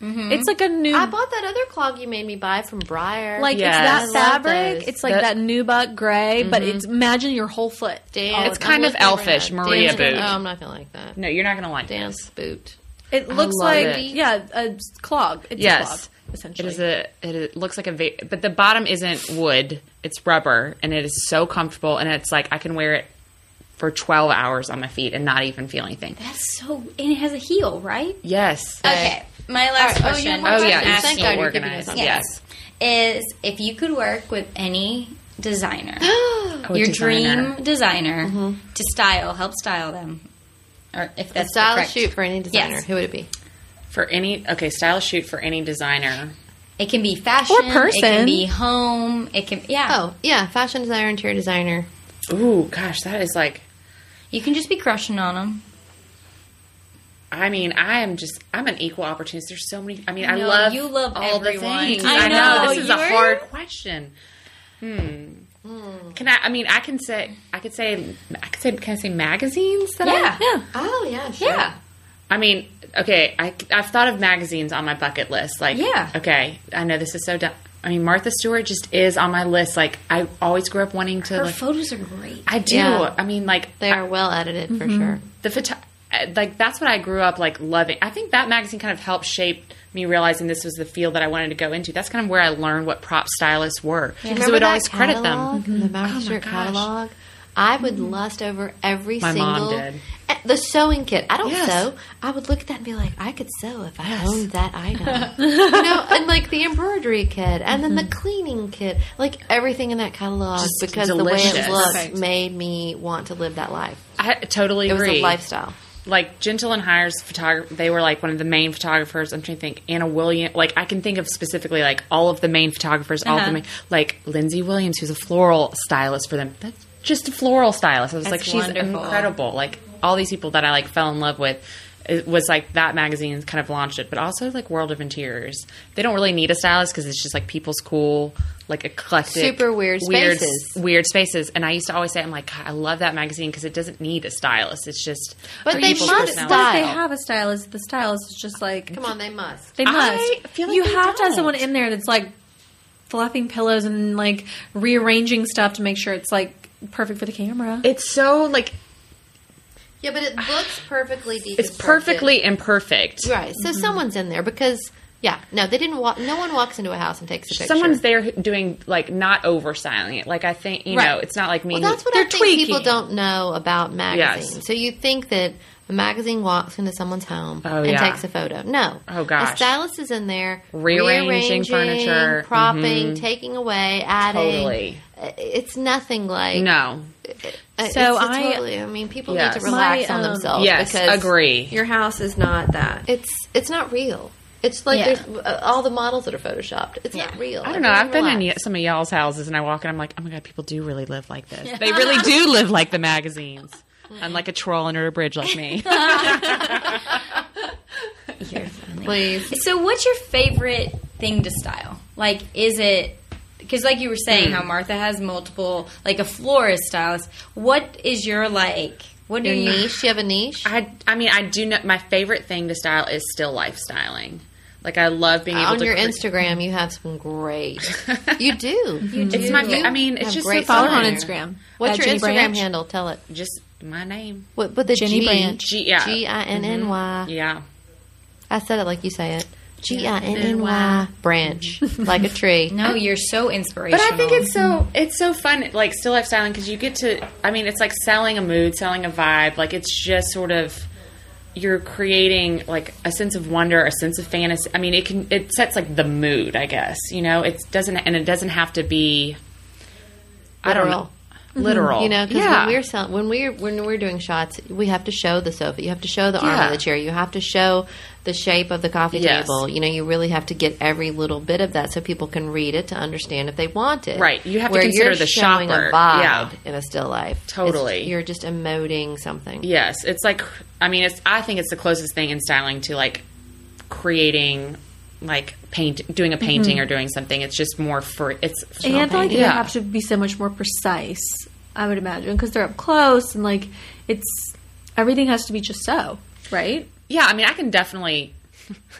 [SPEAKER 3] hmm?
[SPEAKER 1] It's like a new,
[SPEAKER 3] I bought that other clog you made me buy from Briar.
[SPEAKER 1] like
[SPEAKER 4] Yes.
[SPEAKER 1] it's
[SPEAKER 3] I
[SPEAKER 1] that
[SPEAKER 3] love
[SPEAKER 1] fabric.
[SPEAKER 3] those.
[SPEAKER 1] It's like
[SPEAKER 4] That-
[SPEAKER 1] that nubuck gray, but
[SPEAKER 4] Mm-hmm.
[SPEAKER 1] it's imagine your whole foot.
[SPEAKER 3] dance.
[SPEAKER 1] All
[SPEAKER 4] oh, It's kind of elfish, Maria
[SPEAKER 3] dance,
[SPEAKER 4] boot.
[SPEAKER 3] No, I'm not feeling like that.
[SPEAKER 4] No, you're not gonna like this.
[SPEAKER 3] Dance boot.
[SPEAKER 1] It looks
[SPEAKER 4] love
[SPEAKER 1] like
[SPEAKER 4] it.
[SPEAKER 1] yeah, a s- clog. It's a
[SPEAKER 4] Yes.
[SPEAKER 1] clog,
[SPEAKER 4] It
[SPEAKER 1] essentially.
[SPEAKER 4] is a. It is- looks like a. Va- but the bottom isn't wood. It's rubber, and it is so comfortable. And it's like I can wear it for twelve hours on my feet and not even feel anything.
[SPEAKER 2] That's so. And it has a heel, right?
[SPEAKER 4] Yes.
[SPEAKER 2] Okay. My last
[SPEAKER 3] All right. Oh,
[SPEAKER 2] question.
[SPEAKER 3] you're
[SPEAKER 4] Oh
[SPEAKER 3] Thank
[SPEAKER 4] yeah. It's
[SPEAKER 3] God
[SPEAKER 2] Asking-
[SPEAKER 4] so
[SPEAKER 3] you're giving
[SPEAKER 4] organized.
[SPEAKER 3] us a-
[SPEAKER 4] Yes.
[SPEAKER 2] Is if you could work with any designer,
[SPEAKER 4] Oh,
[SPEAKER 2] your
[SPEAKER 4] designer.
[SPEAKER 2] dream designer to style, help style them, or if that's the
[SPEAKER 3] Style
[SPEAKER 2] correct-
[SPEAKER 3] shoot for any designer.
[SPEAKER 2] Yes.
[SPEAKER 3] Who would it be?
[SPEAKER 4] for any okay style shoot for any designer.
[SPEAKER 2] It can be fashion
[SPEAKER 1] Or
[SPEAKER 2] It can
[SPEAKER 1] person.
[SPEAKER 2] be home. It can yeah.
[SPEAKER 3] Oh yeah, fashion designer, interior designer.
[SPEAKER 4] Ooh, gosh, that is like.
[SPEAKER 2] You can just be crushing on them.
[SPEAKER 4] I mean, I am just. I'm an equal opportunist. There's so many. I mean, I
[SPEAKER 2] know,
[SPEAKER 4] love
[SPEAKER 2] you love
[SPEAKER 4] all
[SPEAKER 2] everyone.
[SPEAKER 4] the things.
[SPEAKER 2] I
[SPEAKER 4] I know,
[SPEAKER 2] know,
[SPEAKER 4] this is a
[SPEAKER 2] you're-
[SPEAKER 4] hard question. Hmm. Can I? I mean, I can say. I could say. I could say. Can I say magazines? That I-
[SPEAKER 2] Yeah. yeah.
[SPEAKER 3] Oh yeah, sure.
[SPEAKER 2] Yeah.
[SPEAKER 4] I mean, okay, I, I've thought of magazines on my bucket list. Like,
[SPEAKER 2] Yeah.
[SPEAKER 4] okay, I know this is so dumb. I mean, Martha Stewart just is on my list. Like, I always grew up wanting to.
[SPEAKER 2] Her
[SPEAKER 4] like,
[SPEAKER 2] photos are great.
[SPEAKER 4] I do.
[SPEAKER 3] Yeah.
[SPEAKER 4] I mean, like
[SPEAKER 3] They are well edited for
[SPEAKER 4] Mm-hmm.
[SPEAKER 3] sure.
[SPEAKER 4] the photo- uh, like that's what I grew up like loving. I think that magazine kind of helped shape me realizing this was the field that I wanted to go into. That's kind of where I learned what prop stylists were because it
[SPEAKER 3] Remember
[SPEAKER 4] would
[SPEAKER 3] that
[SPEAKER 4] always credit
[SPEAKER 3] catalog,
[SPEAKER 4] them.
[SPEAKER 3] The Martha
[SPEAKER 4] Oh my
[SPEAKER 3] Stewart
[SPEAKER 4] gosh. Mm-hmm.
[SPEAKER 3] catalog. I would lust over every
[SPEAKER 4] My mom
[SPEAKER 3] single
[SPEAKER 4] did.
[SPEAKER 3] Eh, the sewing kit. I don't
[SPEAKER 4] Yes.
[SPEAKER 3] sew. I would look at that and be like, I could sew if I owned that item. you know, and like the embroidery kit and then the cleaning kit. Like everything in that catalog
[SPEAKER 4] Mm-hmm. Just
[SPEAKER 3] because the way
[SPEAKER 4] delicious.
[SPEAKER 3] it looked
[SPEAKER 1] Perfect.
[SPEAKER 3] made me want to live that life.
[SPEAKER 4] I totally
[SPEAKER 3] It was
[SPEAKER 4] agree.
[SPEAKER 3] a lifestyle.
[SPEAKER 4] Like Gentle and Hires photographer, they were like one of the main photographers. I'm trying to think Anna Williams. Like I can think of specifically like all of the main photographers, all of
[SPEAKER 2] Uh-huh.
[SPEAKER 4] the main, like Lindsay Williams, who's a floral stylist for them. That's just a floral stylist. I was like,
[SPEAKER 2] That's
[SPEAKER 4] she's
[SPEAKER 2] wonderful.
[SPEAKER 4] incredible. Like all these people that I like fell in love with. It was like that magazine kind of launched it, but also like World of Interiors. They don't really need a stylist because it's just like people's cool, like eclectic,
[SPEAKER 3] Super weird
[SPEAKER 4] weird,
[SPEAKER 3] spaces.
[SPEAKER 4] weird spaces. And I used to always say, I'm like, "God, I love that magazine because it doesn't need a stylist. It's just,
[SPEAKER 3] But
[SPEAKER 4] for
[SPEAKER 3] they
[SPEAKER 4] people's
[SPEAKER 3] must
[SPEAKER 4] personalities.
[SPEAKER 1] What if they
[SPEAKER 3] style.
[SPEAKER 1] have a stylist? The stylist is just like
[SPEAKER 3] Come on, they must.
[SPEAKER 1] they
[SPEAKER 4] I
[SPEAKER 1] must.
[SPEAKER 4] feel like
[SPEAKER 1] you
[SPEAKER 4] they
[SPEAKER 1] have to have
[SPEAKER 4] don't.
[SPEAKER 1] someone in there that's like fluffing pillows and like rearranging stuff to make sure it's like perfect for the camera.
[SPEAKER 4] It's so like
[SPEAKER 3] Yeah, but it looks perfectly deconstructed.
[SPEAKER 4] it's perfectly imperfect.
[SPEAKER 3] Right. So someone's in there because Yeah, no, they didn't walk. No one walks into a house and takes a picture.
[SPEAKER 4] Someone's there who- doing like not over styling it. Like I think you
[SPEAKER 1] Right.
[SPEAKER 4] know, it's not like me.
[SPEAKER 3] Well,
[SPEAKER 4] who-
[SPEAKER 3] that's what I
[SPEAKER 1] They're
[SPEAKER 3] think people
[SPEAKER 1] tweaking.
[SPEAKER 3] don't know about magazines.
[SPEAKER 4] Yes.
[SPEAKER 3] So you think that a magazine walks into someone's home
[SPEAKER 4] Oh,
[SPEAKER 3] and
[SPEAKER 4] yeah.
[SPEAKER 3] takes a photo. No.
[SPEAKER 4] Oh, gosh.
[SPEAKER 3] A stylist is in there
[SPEAKER 4] Rearranging furniture. Mm-hmm.
[SPEAKER 3] propping, taking away, adding.
[SPEAKER 4] Totally.
[SPEAKER 3] Uh, It's nothing like
[SPEAKER 4] no.
[SPEAKER 1] So
[SPEAKER 3] Uh, it's- it's
[SPEAKER 1] I-
[SPEAKER 3] totally, I mean, people need
[SPEAKER 4] Yes.
[SPEAKER 3] to relax
[SPEAKER 1] My,
[SPEAKER 3] on
[SPEAKER 1] um,
[SPEAKER 3] themselves.
[SPEAKER 4] yes,
[SPEAKER 3] because
[SPEAKER 4] agree.
[SPEAKER 5] Your house is not that.
[SPEAKER 3] It's it's not real. It's like
[SPEAKER 1] Yeah.
[SPEAKER 3] there's uh, all the models that are photoshopped. It's not real.
[SPEAKER 4] I don't know. I've been in
[SPEAKER 3] Everyone
[SPEAKER 4] y- some of y'all's houses, and I walk, and I'm like, oh my god, people do really live like this. They really do live like the magazines. Unlike a troll under a bridge like me.
[SPEAKER 3] relax. please.
[SPEAKER 2] So, what's your favorite thing to style? Like, is it because, like you were
[SPEAKER 4] Hmm.
[SPEAKER 2] saying, how Martha has multiple, like a florist stylist. What is your like? What do
[SPEAKER 3] Your
[SPEAKER 2] you?
[SPEAKER 3] niche. You have a niche.
[SPEAKER 4] I, I mean, I do know my favorite thing to style is still lifestyling. Like I love being able
[SPEAKER 3] on
[SPEAKER 4] to
[SPEAKER 3] your
[SPEAKER 4] cre-
[SPEAKER 3] Instagram, you have some great. You do. you do.
[SPEAKER 4] It's my. Fa- I mean, it's
[SPEAKER 3] Have
[SPEAKER 4] just so
[SPEAKER 3] great
[SPEAKER 1] Follow her on
[SPEAKER 4] fun.
[SPEAKER 1] Instagram. At
[SPEAKER 3] What's your
[SPEAKER 1] Jenny
[SPEAKER 3] Instagram
[SPEAKER 1] Branch.
[SPEAKER 3] handle? Tell it.
[SPEAKER 4] Just my name.
[SPEAKER 3] What? But the
[SPEAKER 1] Jenny
[SPEAKER 3] G-
[SPEAKER 1] Branch.
[SPEAKER 4] G- yeah.
[SPEAKER 3] G I N N Y.
[SPEAKER 4] Yeah.
[SPEAKER 3] I said it like you say it. G I N N Y branch, like a tree.
[SPEAKER 2] No, you're so inspirational.
[SPEAKER 4] But I think it's so it's so fun, like still lifestyling, because you get to. I mean, it's like selling a mood, selling a vibe. Like it's just sort of you're creating like a sense of wonder, a sense of fantasy. I mean, it can it sets like the mood, I guess. You know, it doesn't and it doesn't have to be. I don't know.
[SPEAKER 3] Mm-hmm.
[SPEAKER 4] Literal,
[SPEAKER 3] You know, because
[SPEAKER 4] yeah.
[SPEAKER 3] when we're sell- when we're when we're doing shots, we have to show the sofa, you have to show the arm
[SPEAKER 4] Yeah.
[SPEAKER 3] of the chair, you have to show the shape of the coffee
[SPEAKER 4] Yes.
[SPEAKER 3] table. You know, you really have to get every little bit of that so people can read it to understand if they want it.
[SPEAKER 4] Right. You have to
[SPEAKER 3] Where
[SPEAKER 4] consider
[SPEAKER 3] you're
[SPEAKER 4] the
[SPEAKER 3] showing
[SPEAKER 4] shopper.
[SPEAKER 3] a vibe
[SPEAKER 4] Yeah.
[SPEAKER 3] in a still life. It's-
[SPEAKER 4] Totally.
[SPEAKER 3] you're just emoting something.
[SPEAKER 4] Yes, it's like I mean, it's I think it's the closest thing in styling to like creating like paint doing a painting or doing something it's just more for it's
[SPEAKER 1] Mm-hmm. And I feel like
[SPEAKER 4] Yeah.
[SPEAKER 1] they have to be so much more precise, I would imagine, because they're up close and like it's everything has to be just so, right?
[SPEAKER 4] yeah i mean i can definitely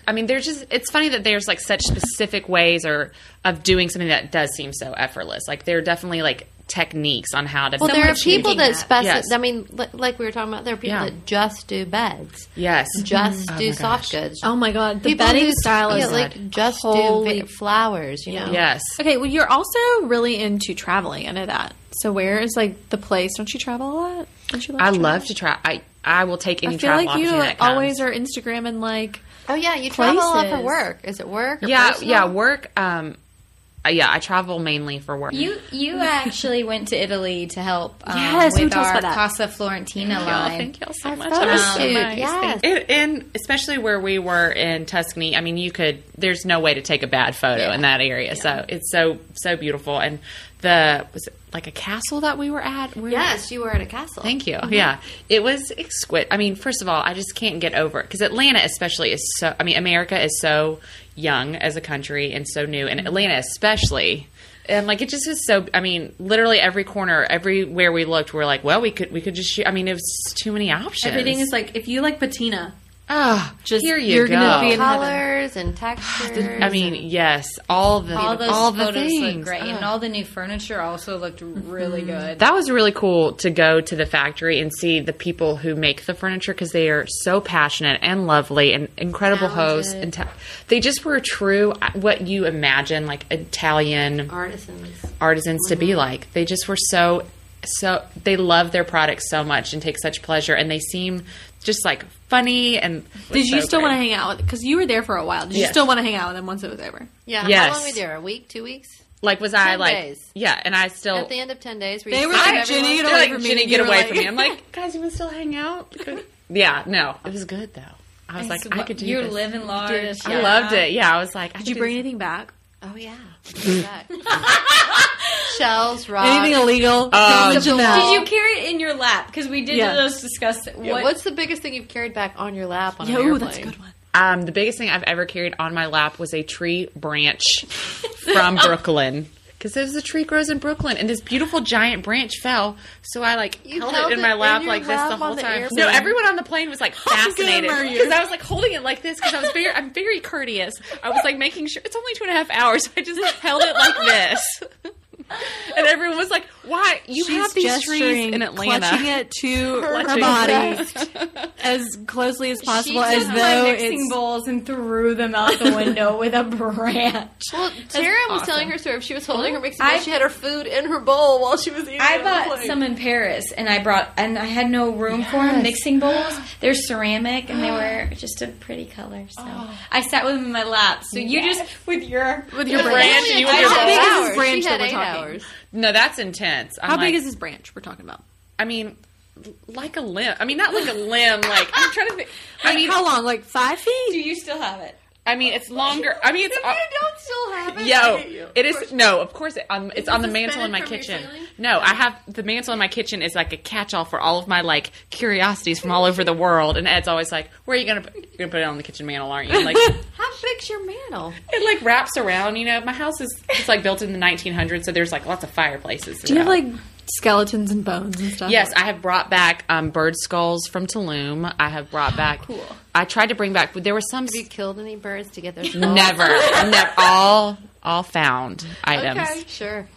[SPEAKER 4] i mean there's just it's funny that there's like such specific ways or of doing something that does seem so effortless like there are definitely like techniques on how to
[SPEAKER 3] Well, there are people that, specify.
[SPEAKER 4] Yes.
[SPEAKER 3] I mean, li- like we were talking about, there are people
[SPEAKER 4] Yeah. Mm-hmm.
[SPEAKER 3] that just do beds,
[SPEAKER 4] yes
[SPEAKER 3] just do soft goods.
[SPEAKER 1] Oh my god, the
[SPEAKER 3] People
[SPEAKER 1] bedding
[SPEAKER 3] who-
[SPEAKER 1] style
[SPEAKER 3] yeah,
[SPEAKER 1] is
[SPEAKER 3] like just
[SPEAKER 1] holy-
[SPEAKER 3] do vi- flowers. You know,
[SPEAKER 4] yes
[SPEAKER 1] Okay, well, you're also really into traveling. I know that. So where is like the place? Don't you travel a lot? Don't you
[SPEAKER 4] i
[SPEAKER 1] to
[SPEAKER 4] love to try i i will take any
[SPEAKER 1] travel? I feel
[SPEAKER 4] travel
[SPEAKER 1] like you
[SPEAKER 4] opportunity
[SPEAKER 1] like,
[SPEAKER 4] that comes.
[SPEAKER 1] always are Instagram and like
[SPEAKER 3] Oh yeah, you travel a lot for
[SPEAKER 1] Places.
[SPEAKER 3] work. Is it work? Or
[SPEAKER 4] yeah
[SPEAKER 3] personal?
[SPEAKER 4] yeah work um uh, yeah i travel mainly for work
[SPEAKER 2] you. You actually went to Italy to help um,
[SPEAKER 1] Yes, who
[SPEAKER 2] with
[SPEAKER 1] told us
[SPEAKER 2] our
[SPEAKER 1] about that?
[SPEAKER 2] Casa Florentina
[SPEAKER 4] Y'all,
[SPEAKER 2] line.
[SPEAKER 4] thank y'all so much.
[SPEAKER 3] photo
[SPEAKER 4] That was so
[SPEAKER 3] shoot,
[SPEAKER 4] nice.
[SPEAKER 3] yes.
[SPEAKER 4] Thank- And, and especially where we were in Tuscany, I mean, you could. There's no way to take a bad photo in that area. So it's so so beautiful. And the was it like a castle that we were at. Where-
[SPEAKER 3] Yes, you were at a castle.
[SPEAKER 4] Thank
[SPEAKER 1] Mm-hmm.
[SPEAKER 4] you. Yeah, it was exquisite. I mean, first of all, I just can't get over it because Atlanta, especially, is so. I mean, America is so young as a country and so new,
[SPEAKER 1] Mm-hmm.
[SPEAKER 4] and Atlanta especially. And like it just is so. I mean, literally every corner, everywhere we looked, we are like, well, we could, we could just shoot. I mean, it was just too many options.
[SPEAKER 1] everything is like if you like patina,
[SPEAKER 4] ah,
[SPEAKER 1] just
[SPEAKER 4] here you
[SPEAKER 1] you're
[SPEAKER 4] go.
[SPEAKER 1] gonna be in heaven.
[SPEAKER 3] Colors and textures.
[SPEAKER 4] I mean, yes, all the
[SPEAKER 2] all those
[SPEAKER 4] all the
[SPEAKER 2] photos
[SPEAKER 4] things. Ah. Mm-hmm.
[SPEAKER 2] look great, and all the new furniture also looked really good.
[SPEAKER 4] that was really cool to go to the factory and see the people who make the furniture because they are so passionate and lovely and incredible hosts and ta- they just were true uh, what you imagine like Italian
[SPEAKER 3] artisans.
[SPEAKER 4] artisans to be like they just were so so they love their products so much and take such pleasure and they seem just like funny and
[SPEAKER 1] Did you still want to hang out? Because you were there for a while. Did you
[SPEAKER 4] Yes.
[SPEAKER 1] still want to hang out with them once it was over?
[SPEAKER 3] Yeah. How
[SPEAKER 4] Yes.
[SPEAKER 3] long were you there? A week? Two weeks?
[SPEAKER 4] like was I
[SPEAKER 3] 10
[SPEAKER 4] like
[SPEAKER 3] days?
[SPEAKER 4] yeah and I still
[SPEAKER 3] At the end of ten days, were
[SPEAKER 1] Oh. They
[SPEAKER 3] you
[SPEAKER 1] were
[SPEAKER 3] sick of
[SPEAKER 1] like,
[SPEAKER 3] everyone?
[SPEAKER 1] "Jenny,
[SPEAKER 4] They're
[SPEAKER 1] away
[SPEAKER 4] like,
[SPEAKER 1] from me,"
[SPEAKER 4] Jenny,
[SPEAKER 1] and
[SPEAKER 4] get
[SPEAKER 1] you were
[SPEAKER 4] away
[SPEAKER 1] like-
[SPEAKER 4] from me. I'm like, guys, you want to still hang out? yeah, no, it was good though. I was like, I could do
[SPEAKER 2] You're
[SPEAKER 4] this.
[SPEAKER 2] living large.
[SPEAKER 4] I loved it. Yeah, I was like, I
[SPEAKER 1] Did you bring anything back?
[SPEAKER 3] Oh yeah. Shells,
[SPEAKER 4] Uh,
[SPEAKER 3] rocks.
[SPEAKER 1] Anything illegal?
[SPEAKER 4] Oh,
[SPEAKER 1] Nothing
[SPEAKER 3] Did
[SPEAKER 1] about-
[SPEAKER 2] Did you carry it in your lap? Because we did
[SPEAKER 1] Yeah.
[SPEAKER 2] just discuss it.
[SPEAKER 3] Yeah,
[SPEAKER 2] What-
[SPEAKER 3] What's the biggest thing you've carried back on your lap on
[SPEAKER 1] Yeah,
[SPEAKER 3] an
[SPEAKER 1] ooh,
[SPEAKER 3] airplane?
[SPEAKER 1] that's a good one.
[SPEAKER 4] Um, the biggest thing I've ever carried on my lap was a tree branch from Brooklyn. Because there's a tree grows in Brooklyn, and this beautiful giant branch fell. So I like
[SPEAKER 3] You
[SPEAKER 4] held,
[SPEAKER 3] held
[SPEAKER 4] it in
[SPEAKER 3] it
[SPEAKER 4] my
[SPEAKER 3] in
[SPEAKER 4] lap
[SPEAKER 3] your
[SPEAKER 4] like this
[SPEAKER 3] lap
[SPEAKER 4] the whole
[SPEAKER 3] on the
[SPEAKER 4] time.
[SPEAKER 3] airplane.
[SPEAKER 4] No, everyone on the plane was like fascinated
[SPEAKER 1] are you?
[SPEAKER 4] because I was like holding it like this because I was very, I'm very courteous. I was like making sure it's only two and a half hours. I just held it like this, and everyone was like, "Why you have these trees
[SPEAKER 1] gesturing,
[SPEAKER 4] in Atlanta?"
[SPEAKER 1] clutching it to her
[SPEAKER 4] Clutching.
[SPEAKER 1] body. as closely as possible
[SPEAKER 2] she
[SPEAKER 1] as
[SPEAKER 2] took my
[SPEAKER 1] though
[SPEAKER 2] mixing
[SPEAKER 1] it's
[SPEAKER 2] bowls and threw them out the window with a branch.
[SPEAKER 3] Well, Tara was telling her story. If she was holding her mixing bowl,
[SPEAKER 2] I-
[SPEAKER 3] she had her food in her bowl while she was eating.
[SPEAKER 2] I
[SPEAKER 3] it.
[SPEAKER 2] bought
[SPEAKER 3] Like-
[SPEAKER 2] some in Paris, and I brought and I had no room for 'em, mixing bowls. They're ceramic, and they were just a pretty color. So I sat with them in my lap. So you just with your
[SPEAKER 1] with your
[SPEAKER 3] Really?
[SPEAKER 1] branch.
[SPEAKER 4] you with your
[SPEAKER 1] How big is
[SPEAKER 3] hours.
[SPEAKER 1] this branch
[SPEAKER 3] She
[SPEAKER 1] that
[SPEAKER 3] had
[SPEAKER 1] we're
[SPEAKER 3] eight
[SPEAKER 1] talking?
[SPEAKER 3] hours.
[SPEAKER 4] No, that's intense. I'm
[SPEAKER 1] How
[SPEAKER 4] like-
[SPEAKER 1] big is this branch we're talking about?
[SPEAKER 4] I mean, like a limb. I mean, not like a limb. Like I'm trying to think. I
[SPEAKER 1] Like,
[SPEAKER 4] mean,
[SPEAKER 1] how long? Like five
[SPEAKER 2] Do
[SPEAKER 1] feet?
[SPEAKER 2] you still have it?
[SPEAKER 4] I mean, it's longer. I mean, it's uh,
[SPEAKER 3] don't still have
[SPEAKER 4] yo. It is no. Of course, it, um, it's on the mantle in
[SPEAKER 3] suspended
[SPEAKER 4] my
[SPEAKER 3] from your
[SPEAKER 4] kitchen.
[SPEAKER 3] ceiling?
[SPEAKER 4] No, I have the mantle in my kitchen is like a catch-all for all of my like curiosities from all over the world. And Ed's always like, "Where are you gonna put, you're gonna put it on the kitchen mantle, aren't you?" Like
[SPEAKER 3] How big's your mantle?
[SPEAKER 4] it like wraps around. You know, my house is it's like built in the 1900s, so there's like lots of fireplaces.
[SPEAKER 1] Do you have
[SPEAKER 4] throughout.
[SPEAKER 1] like skeletons and bones and
[SPEAKER 3] Uh-huh.
[SPEAKER 1] stuff?
[SPEAKER 4] Yes, I have brought back um, bird skulls from Tulum. I have brought back.
[SPEAKER 2] Cool.
[SPEAKER 4] I tried to bring back, but there were some.
[SPEAKER 3] Have you killed any birds to get their skull?
[SPEAKER 4] Never, never. All, all found items.
[SPEAKER 3] Okay, sure.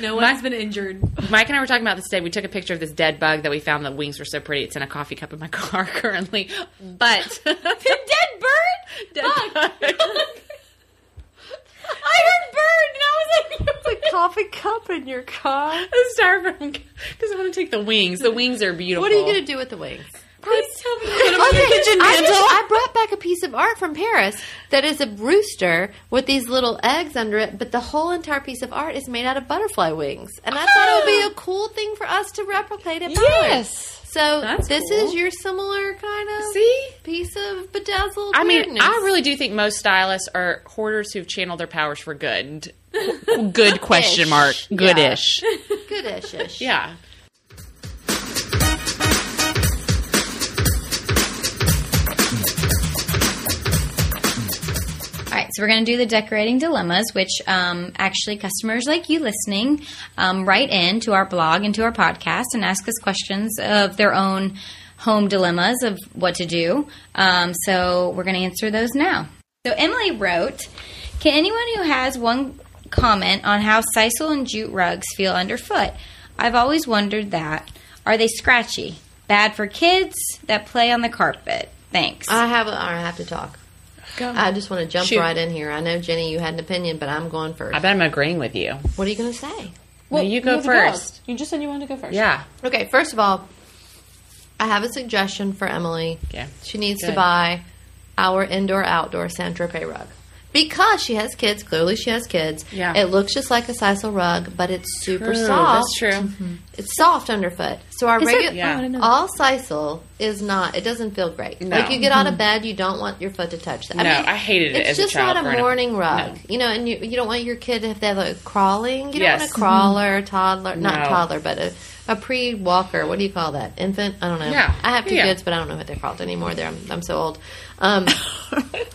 [SPEAKER 1] no one's been injured.
[SPEAKER 4] Mike and I were talking about this today. We took a picture of this dead bug that we found. The wings were so pretty. It's in a coffee cup in my car currently. But the dead bird, dead bug.
[SPEAKER 2] I heard bird, and I was like,
[SPEAKER 3] It's a coffee cup in your car.
[SPEAKER 4] the styrofoam because I want to take the wings. The wings are beautiful.
[SPEAKER 3] What are you going to do with the wings?
[SPEAKER 2] please tell me.
[SPEAKER 3] Okay, I, just- I brought back a piece of art from Paris that is a rooster with these little eggs under it, but the whole entire piece of art is made out of butterfly wings. And I thought it would be a cool thing for us to replicate at Bowers.
[SPEAKER 4] Yes.
[SPEAKER 3] So
[SPEAKER 4] That's
[SPEAKER 3] this
[SPEAKER 4] cool.
[SPEAKER 3] is your similar kind of
[SPEAKER 4] See?
[SPEAKER 3] piece of bedazzled.
[SPEAKER 4] I mean,
[SPEAKER 3] weirdness.
[SPEAKER 4] I really do think most stylists are hoarders who've channeled their powers for good. Good question mark. Goodish.
[SPEAKER 3] goodish ish.
[SPEAKER 4] Yeah.
[SPEAKER 2] All right, so we're going to do the decorating dilemmas, which um, actually customers like you listening um, write in to our blog and to our podcast and ask us questions of their own home dilemmas of what to do. Um, so we're going to answer those now. So Emily wrote, "Can anyone who has one comment on how sisal and jute rugs feel underfoot? I've always wondered that. Are they scratchy? Bad for kids that play on the carpet? Thanks."
[SPEAKER 3] I have. A, I have to talk. I just want to jump
[SPEAKER 4] Shoot.
[SPEAKER 3] right in here. I know Jenny, you had an opinion, but I'm going first.
[SPEAKER 4] I bet I'm agreeing with you.
[SPEAKER 3] What are you going to say?
[SPEAKER 4] Well, you go first.
[SPEAKER 1] You just said you wanted to go first.
[SPEAKER 4] Yeah.
[SPEAKER 3] Okay, first of all, I have a suggestion for Emily.
[SPEAKER 4] Okay.
[SPEAKER 3] She needs to
[SPEAKER 4] Good.
[SPEAKER 3] buy our indoor outdoor San Tropez rug. Because she has kids, clearly she has kids.
[SPEAKER 4] Yeah.
[SPEAKER 3] It looks just like a sisal rug, but it's super
[SPEAKER 4] True,
[SPEAKER 3] soft.
[SPEAKER 4] that's true.
[SPEAKER 3] It's soft underfoot. So our regular
[SPEAKER 4] Yeah. Oh, I didn't
[SPEAKER 1] know that.
[SPEAKER 3] all sisal is not it doesn't feel great.
[SPEAKER 4] No.
[SPEAKER 3] Like you get
[SPEAKER 4] Mm-hmm.
[SPEAKER 3] out of bed, you don't want your foot to touch that.
[SPEAKER 4] No, I hated it
[SPEAKER 3] It's
[SPEAKER 4] as a
[SPEAKER 3] just
[SPEAKER 4] child
[SPEAKER 3] not
[SPEAKER 4] growing
[SPEAKER 3] a
[SPEAKER 4] up.
[SPEAKER 3] morning rug.
[SPEAKER 4] No.
[SPEAKER 3] You know, and you you don't want your kid if they have a crawling. You
[SPEAKER 4] Yes.
[SPEAKER 3] don't want a crawler, toddler not
[SPEAKER 4] No.
[SPEAKER 3] toddler toddler, but a, a pre walker. What do you call that? Infant? I don't know.
[SPEAKER 4] Yeah.
[SPEAKER 3] Um, I have two
[SPEAKER 4] Yeah.
[SPEAKER 3] kids, but I don't know what they're called anymore. They're, I'm, I'm so old. Um,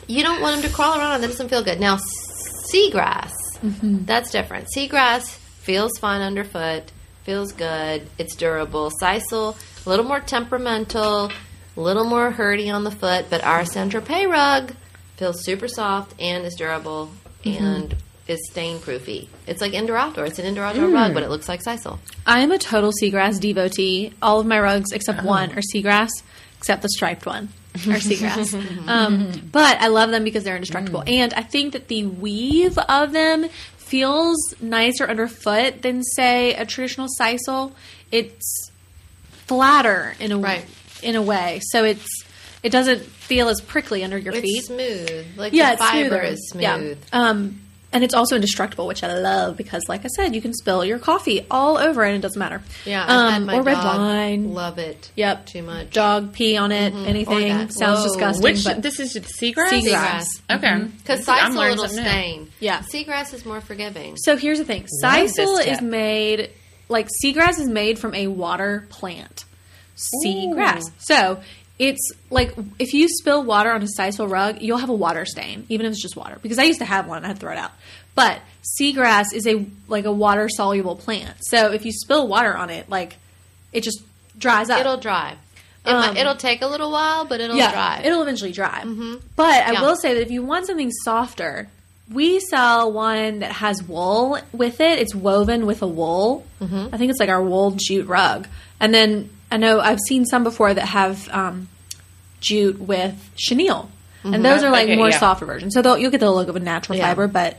[SPEAKER 3] you don't want them to crawl around. That doesn't feel good. Now, seagrass.
[SPEAKER 1] Mm-hmm.
[SPEAKER 3] That's different. Seagrass feels fine underfoot, feels good. It's durable. Sisal, a little more temperamental, a little more hurdy on the foot, but our Centropay rug feels super soft and is durable
[SPEAKER 1] Mm-hmm.
[SPEAKER 3] and is stain proofy. It's like indoor outdoor. It's an indoor outdoor
[SPEAKER 1] Mm.
[SPEAKER 3] rug, but it looks like sisal.
[SPEAKER 1] I am a total seagrass devotee. All of my rugs
[SPEAKER 3] Oh.
[SPEAKER 1] except one are seagrass, except the striped one are seagrass. um, but I love them because they're indestructible,
[SPEAKER 3] Mm.
[SPEAKER 1] and I think that the weave of them feels nicer underfoot than say a traditional sisal. It's flatter in a
[SPEAKER 3] Right.
[SPEAKER 1] in a way, so it's it doesn't feel as prickly under your feet.
[SPEAKER 3] It's smooth. Like
[SPEAKER 1] yeah,
[SPEAKER 3] the
[SPEAKER 1] it's
[SPEAKER 3] fiber
[SPEAKER 1] smoother.
[SPEAKER 3] is smooth.
[SPEAKER 1] Yeah. Um, and it's also indestructible, which I love because, like I said, you can spill your coffee all over and it doesn't matter.
[SPEAKER 3] Yeah, I've had
[SPEAKER 1] um,
[SPEAKER 3] my
[SPEAKER 1] or red
[SPEAKER 3] dog
[SPEAKER 1] wine.
[SPEAKER 3] Love it.
[SPEAKER 1] Yep,
[SPEAKER 3] Too much. Mm-hmm.
[SPEAKER 1] Dog pee on it. Anything
[SPEAKER 3] that.
[SPEAKER 1] sounds
[SPEAKER 3] Whoa.
[SPEAKER 1] disgusting.
[SPEAKER 4] Which
[SPEAKER 1] but
[SPEAKER 4] this is the seagrass.
[SPEAKER 1] Seagrass.
[SPEAKER 4] Okay.
[SPEAKER 3] Because
[SPEAKER 4] This is- I'm
[SPEAKER 3] sisal's a
[SPEAKER 4] learning
[SPEAKER 3] little
[SPEAKER 4] something new.
[SPEAKER 3] stain.
[SPEAKER 1] Yeah.
[SPEAKER 3] Seagrass is more forgiving.
[SPEAKER 1] so here's the thing:
[SPEAKER 4] Love this
[SPEAKER 1] sisal is
[SPEAKER 4] tip.
[SPEAKER 1] made like seagrass is made from a water plant. Seagrass. So it's like if you spill water on a sisal rug, you'll have a water stain, even if it's just water. Because I used to have one, I had to throw it out. But seagrass is a like a water soluble plant. So if you spill water on it, like it just dries up.
[SPEAKER 3] It'll dry. It
[SPEAKER 1] Um,
[SPEAKER 3] might, it'll take a little while, but it'll dry. Mm-hmm.
[SPEAKER 1] It'll eventually dry. But I
[SPEAKER 3] Yeah.
[SPEAKER 1] will say that if you want something softer, we sell one that has wool with it. It's woven with a wool.
[SPEAKER 3] Mm-hmm.
[SPEAKER 1] I think it's like our wool jute rug. And then I know I've seen some before that have um, jute with chenille. And those are like
[SPEAKER 4] Okay,
[SPEAKER 1] more
[SPEAKER 4] yeah.
[SPEAKER 1] softer versions. So they'll- you'll get the look of a natural
[SPEAKER 3] Mm-hmm. Yeah.
[SPEAKER 1] fiber, but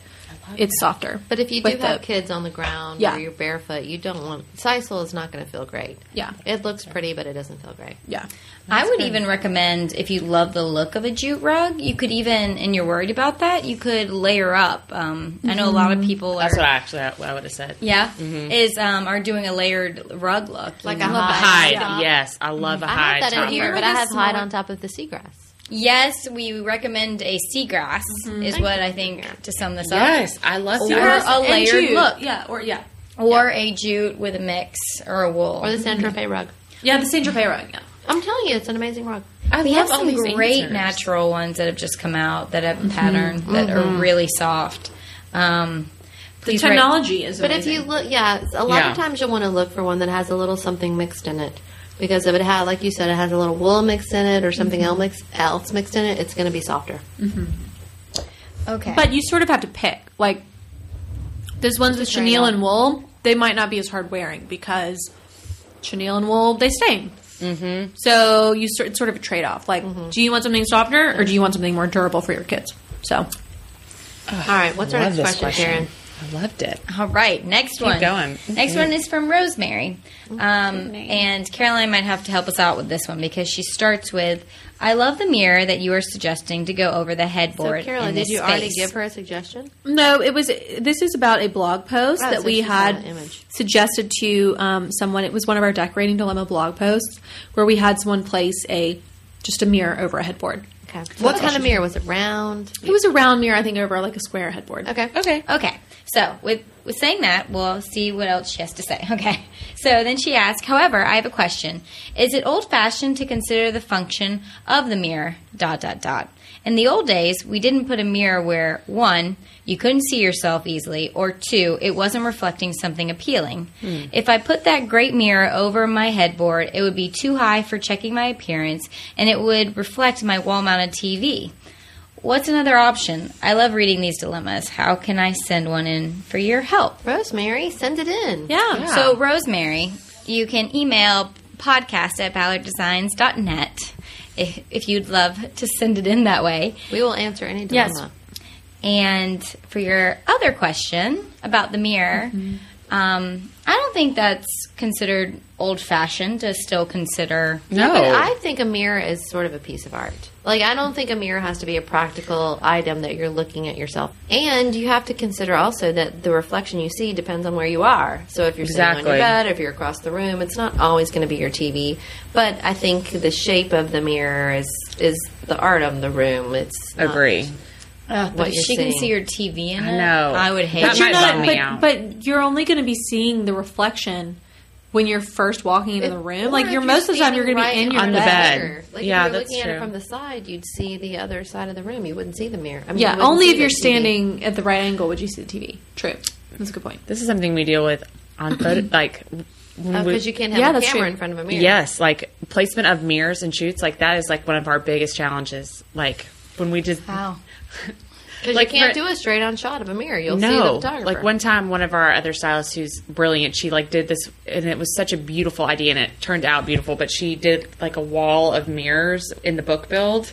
[SPEAKER 1] it's softer.
[SPEAKER 3] But if you do
[SPEAKER 1] with
[SPEAKER 3] have
[SPEAKER 1] the-
[SPEAKER 3] kids on the ground
[SPEAKER 1] Yeah.
[SPEAKER 3] or you're barefoot, you don't want sisal is not going to feel great.
[SPEAKER 1] Yeah.
[SPEAKER 3] it looks pretty, but it doesn't feel great.
[SPEAKER 1] yeah,
[SPEAKER 2] I would even recommend if you love the look of a jute rug, you could even, and you're worried about that, you could layer up. Um, I know a lot of people
[SPEAKER 4] Mm-hmm. That's
[SPEAKER 2] are,
[SPEAKER 4] what I Mm-hmm. actually I would have said.
[SPEAKER 2] yeah, is um, are doing a layered rug look, you
[SPEAKER 3] Like
[SPEAKER 2] know?
[SPEAKER 3] a high,
[SPEAKER 4] Hide,
[SPEAKER 3] top.
[SPEAKER 4] yes, Mm-hmm. I love a
[SPEAKER 3] I
[SPEAKER 4] hide.
[SPEAKER 3] have that in
[SPEAKER 4] topper.
[SPEAKER 3] here, but I
[SPEAKER 1] Remember the
[SPEAKER 3] have hide
[SPEAKER 1] smaller-
[SPEAKER 3] on top of the seagrass.
[SPEAKER 2] Yes, we recommend a seagrass
[SPEAKER 4] Mm-hmm.
[SPEAKER 2] is what I think to sum this
[SPEAKER 4] Yes, I
[SPEAKER 2] up,
[SPEAKER 4] love
[SPEAKER 2] or
[SPEAKER 4] that.
[SPEAKER 2] a
[SPEAKER 1] And
[SPEAKER 2] layered
[SPEAKER 1] jute.
[SPEAKER 2] look,
[SPEAKER 1] Yeah, or yeah,
[SPEAKER 2] or a jute with a mix or a wool.
[SPEAKER 3] Or the
[SPEAKER 1] Mm-hmm.
[SPEAKER 3] San Tropez rug.
[SPEAKER 1] yeah. The Saint Tropez rug. Yeah.
[SPEAKER 3] I'm telling you, it's an amazing rug.
[SPEAKER 4] I
[SPEAKER 2] we
[SPEAKER 4] love
[SPEAKER 2] have
[SPEAKER 4] all
[SPEAKER 2] some
[SPEAKER 4] these Mm-hmm.
[SPEAKER 2] great
[SPEAKER 4] answers.
[SPEAKER 2] natural ones that have just come out that have a pattern that
[SPEAKER 4] Mm-hmm.
[SPEAKER 2] are really soft. Um,
[SPEAKER 1] The
[SPEAKER 2] please write-
[SPEAKER 1] technology is.
[SPEAKER 3] But if
[SPEAKER 1] amazing.
[SPEAKER 3] you look, yeah, a lot
[SPEAKER 4] Yeah.
[SPEAKER 3] of times you'll want to look for one that has a little something mixed in it. Because if it had, like you said, it has a little wool mixed in it or something else mix- else mixed in it, it's going to be softer.
[SPEAKER 2] okay,
[SPEAKER 1] But you sort of have to pick. Like those ones with chenille and wool, they might not be as hard wearing because chenille and wool they stain. Mm-hmm. So you sort it's sort of a trade off. Like, do you want something softer or do you want something more durable for your kids? So
[SPEAKER 3] All right, what's our
[SPEAKER 4] Love
[SPEAKER 3] next
[SPEAKER 4] this
[SPEAKER 3] question, Karen?
[SPEAKER 4] I loved it.
[SPEAKER 2] All right, next one.
[SPEAKER 4] going.
[SPEAKER 2] Next one is from Rosemary, um, and Caroline might have to help us out with this one because she starts with, "I love the mirror that you are suggesting to go over the
[SPEAKER 3] So,
[SPEAKER 2] headboard."
[SPEAKER 3] Carolyn,
[SPEAKER 2] in
[SPEAKER 3] did
[SPEAKER 2] this
[SPEAKER 3] you already
[SPEAKER 2] space."
[SPEAKER 3] give her a suggestion?
[SPEAKER 1] No, it was. This is about a blog post
[SPEAKER 3] Oh,
[SPEAKER 1] that
[SPEAKER 3] so
[SPEAKER 1] we
[SPEAKER 3] she saw
[SPEAKER 1] had
[SPEAKER 3] the image.
[SPEAKER 1] suggested to um, someone. It was one of our decorating dilemma blog posts where we had someone place a just a mirror over a headboard.
[SPEAKER 3] Okay. What kind of mirror was it? Round.
[SPEAKER 1] It was a round mirror, I think, over like a square headboard.
[SPEAKER 3] Okay.
[SPEAKER 4] Okay.
[SPEAKER 2] Okay, so with, with saying that, we'll see what else she has to say. Okay, so then she asks, however, I have a question. Is it old fashioned to consider the function of the mirror? Dot, dot, dot. In the old days, we didn't put a mirror where, one, you couldn't see yourself easily, or two, it wasn't reflecting something appealing. If I put that great mirror over my headboard, it would be too high for checking my appearance, and it would reflect my wall mounted TV. What's another option? I love reading these dilemmas. How can I send one in for your help?
[SPEAKER 3] Rosemary, send it in.
[SPEAKER 1] Yeah.
[SPEAKER 2] So, Rosemary, you can email podcast at ballarddesigns.net if, if you'd love to send it in that way.
[SPEAKER 3] We will answer any
[SPEAKER 1] Yes.
[SPEAKER 3] dilemma.
[SPEAKER 2] And for your other question about the mirror,
[SPEAKER 1] Mm-hmm.
[SPEAKER 2] um, I don't think that's considered old fashioned to still consider.
[SPEAKER 4] No.
[SPEAKER 3] But I think a mirror is sort of a piece of art. Like, I don't think a mirror has to be a practical item that you're looking at yourself. And you have to consider also that the reflection you see depends on where you are. So, if you're sitting on
[SPEAKER 4] Exactly.
[SPEAKER 3] your bed, if you're across the room, it's not always going to be your TV. But I think the shape of the mirror is is the art of the room. It's not-
[SPEAKER 4] Agree.
[SPEAKER 2] Uh, But
[SPEAKER 3] what
[SPEAKER 2] if
[SPEAKER 3] you're
[SPEAKER 2] she can
[SPEAKER 3] seeing.
[SPEAKER 2] see your TV in
[SPEAKER 4] I
[SPEAKER 2] it,
[SPEAKER 4] know.
[SPEAKER 2] I would hate
[SPEAKER 4] That
[SPEAKER 2] it.
[SPEAKER 1] you're
[SPEAKER 4] might
[SPEAKER 1] not,
[SPEAKER 4] bum me
[SPEAKER 1] but,
[SPEAKER 4] out.
[SPEAKER 1] but you're only going to be seeing the reflection when you're first walking into the room. Like you're, most of the time, you're going to be in your
[SPEAKER 4] on the
[SPEAKER 1] bed.
[SPEAKER 4] bed.
[SPEAKER 3] Like
[SPEAKER 4] Yeah,
[SPEAKER 3] if you're
[SPEAKER 4] that's
[SPEAKER 3] looking at it
[SPEAKER 4] true.
[SPEAKER 3] from the side, you'd see the other side of the room. You wouldn't see the mirror. I mean,
[SPEAKER 1] Yeah,
[SPEAKER 3] you wouldn't
[SPEAKER 1] only
[SPEAKER 3] see
[SPEAKER 1] if
[SPEAKER 3] the
[SPEAKER 1] you're
[SPEAKER 3] TV.
[SPEAKER 1] standing at the right angle would you see the TV. True. That's a good point.
[SPEAKER 4] This is something we deal with on photo, like when
[SPEAKER 3] Oh,
[SPEAKER 4] we-
[SPEAKER 3] because you can't have
[SPEAKER 1] Yeah,
[SPEAKER 3] a
[SPEAKER 1] that's
[SPEAKER 3] camera
[SPEAKER 1] true.
[SPEAKER 3] in front of a mirror.
[SPEAKER 4] Yes, like placement of mirrors and shoots, like that is like one of our biggest challenges. Like when we just
[SPEAKER 2] Wow.
[SPEAKER 3] Because
[SPEAKER 4] Like,
[SPEAKER 3] you can't
[SPEAKER 4] for-
[SPEAKER 3] do a straight on shot of a mirror. You'll see the
[SPEAKER 4] no,
[SPEAKER 3] photographer.
[SPEAKER 4] like one time, one of our other stylists who's brilliant, she like did this, and it was such a beautiful idea, and it turned out beautiful. But she did like a wall of mirrors in the book build.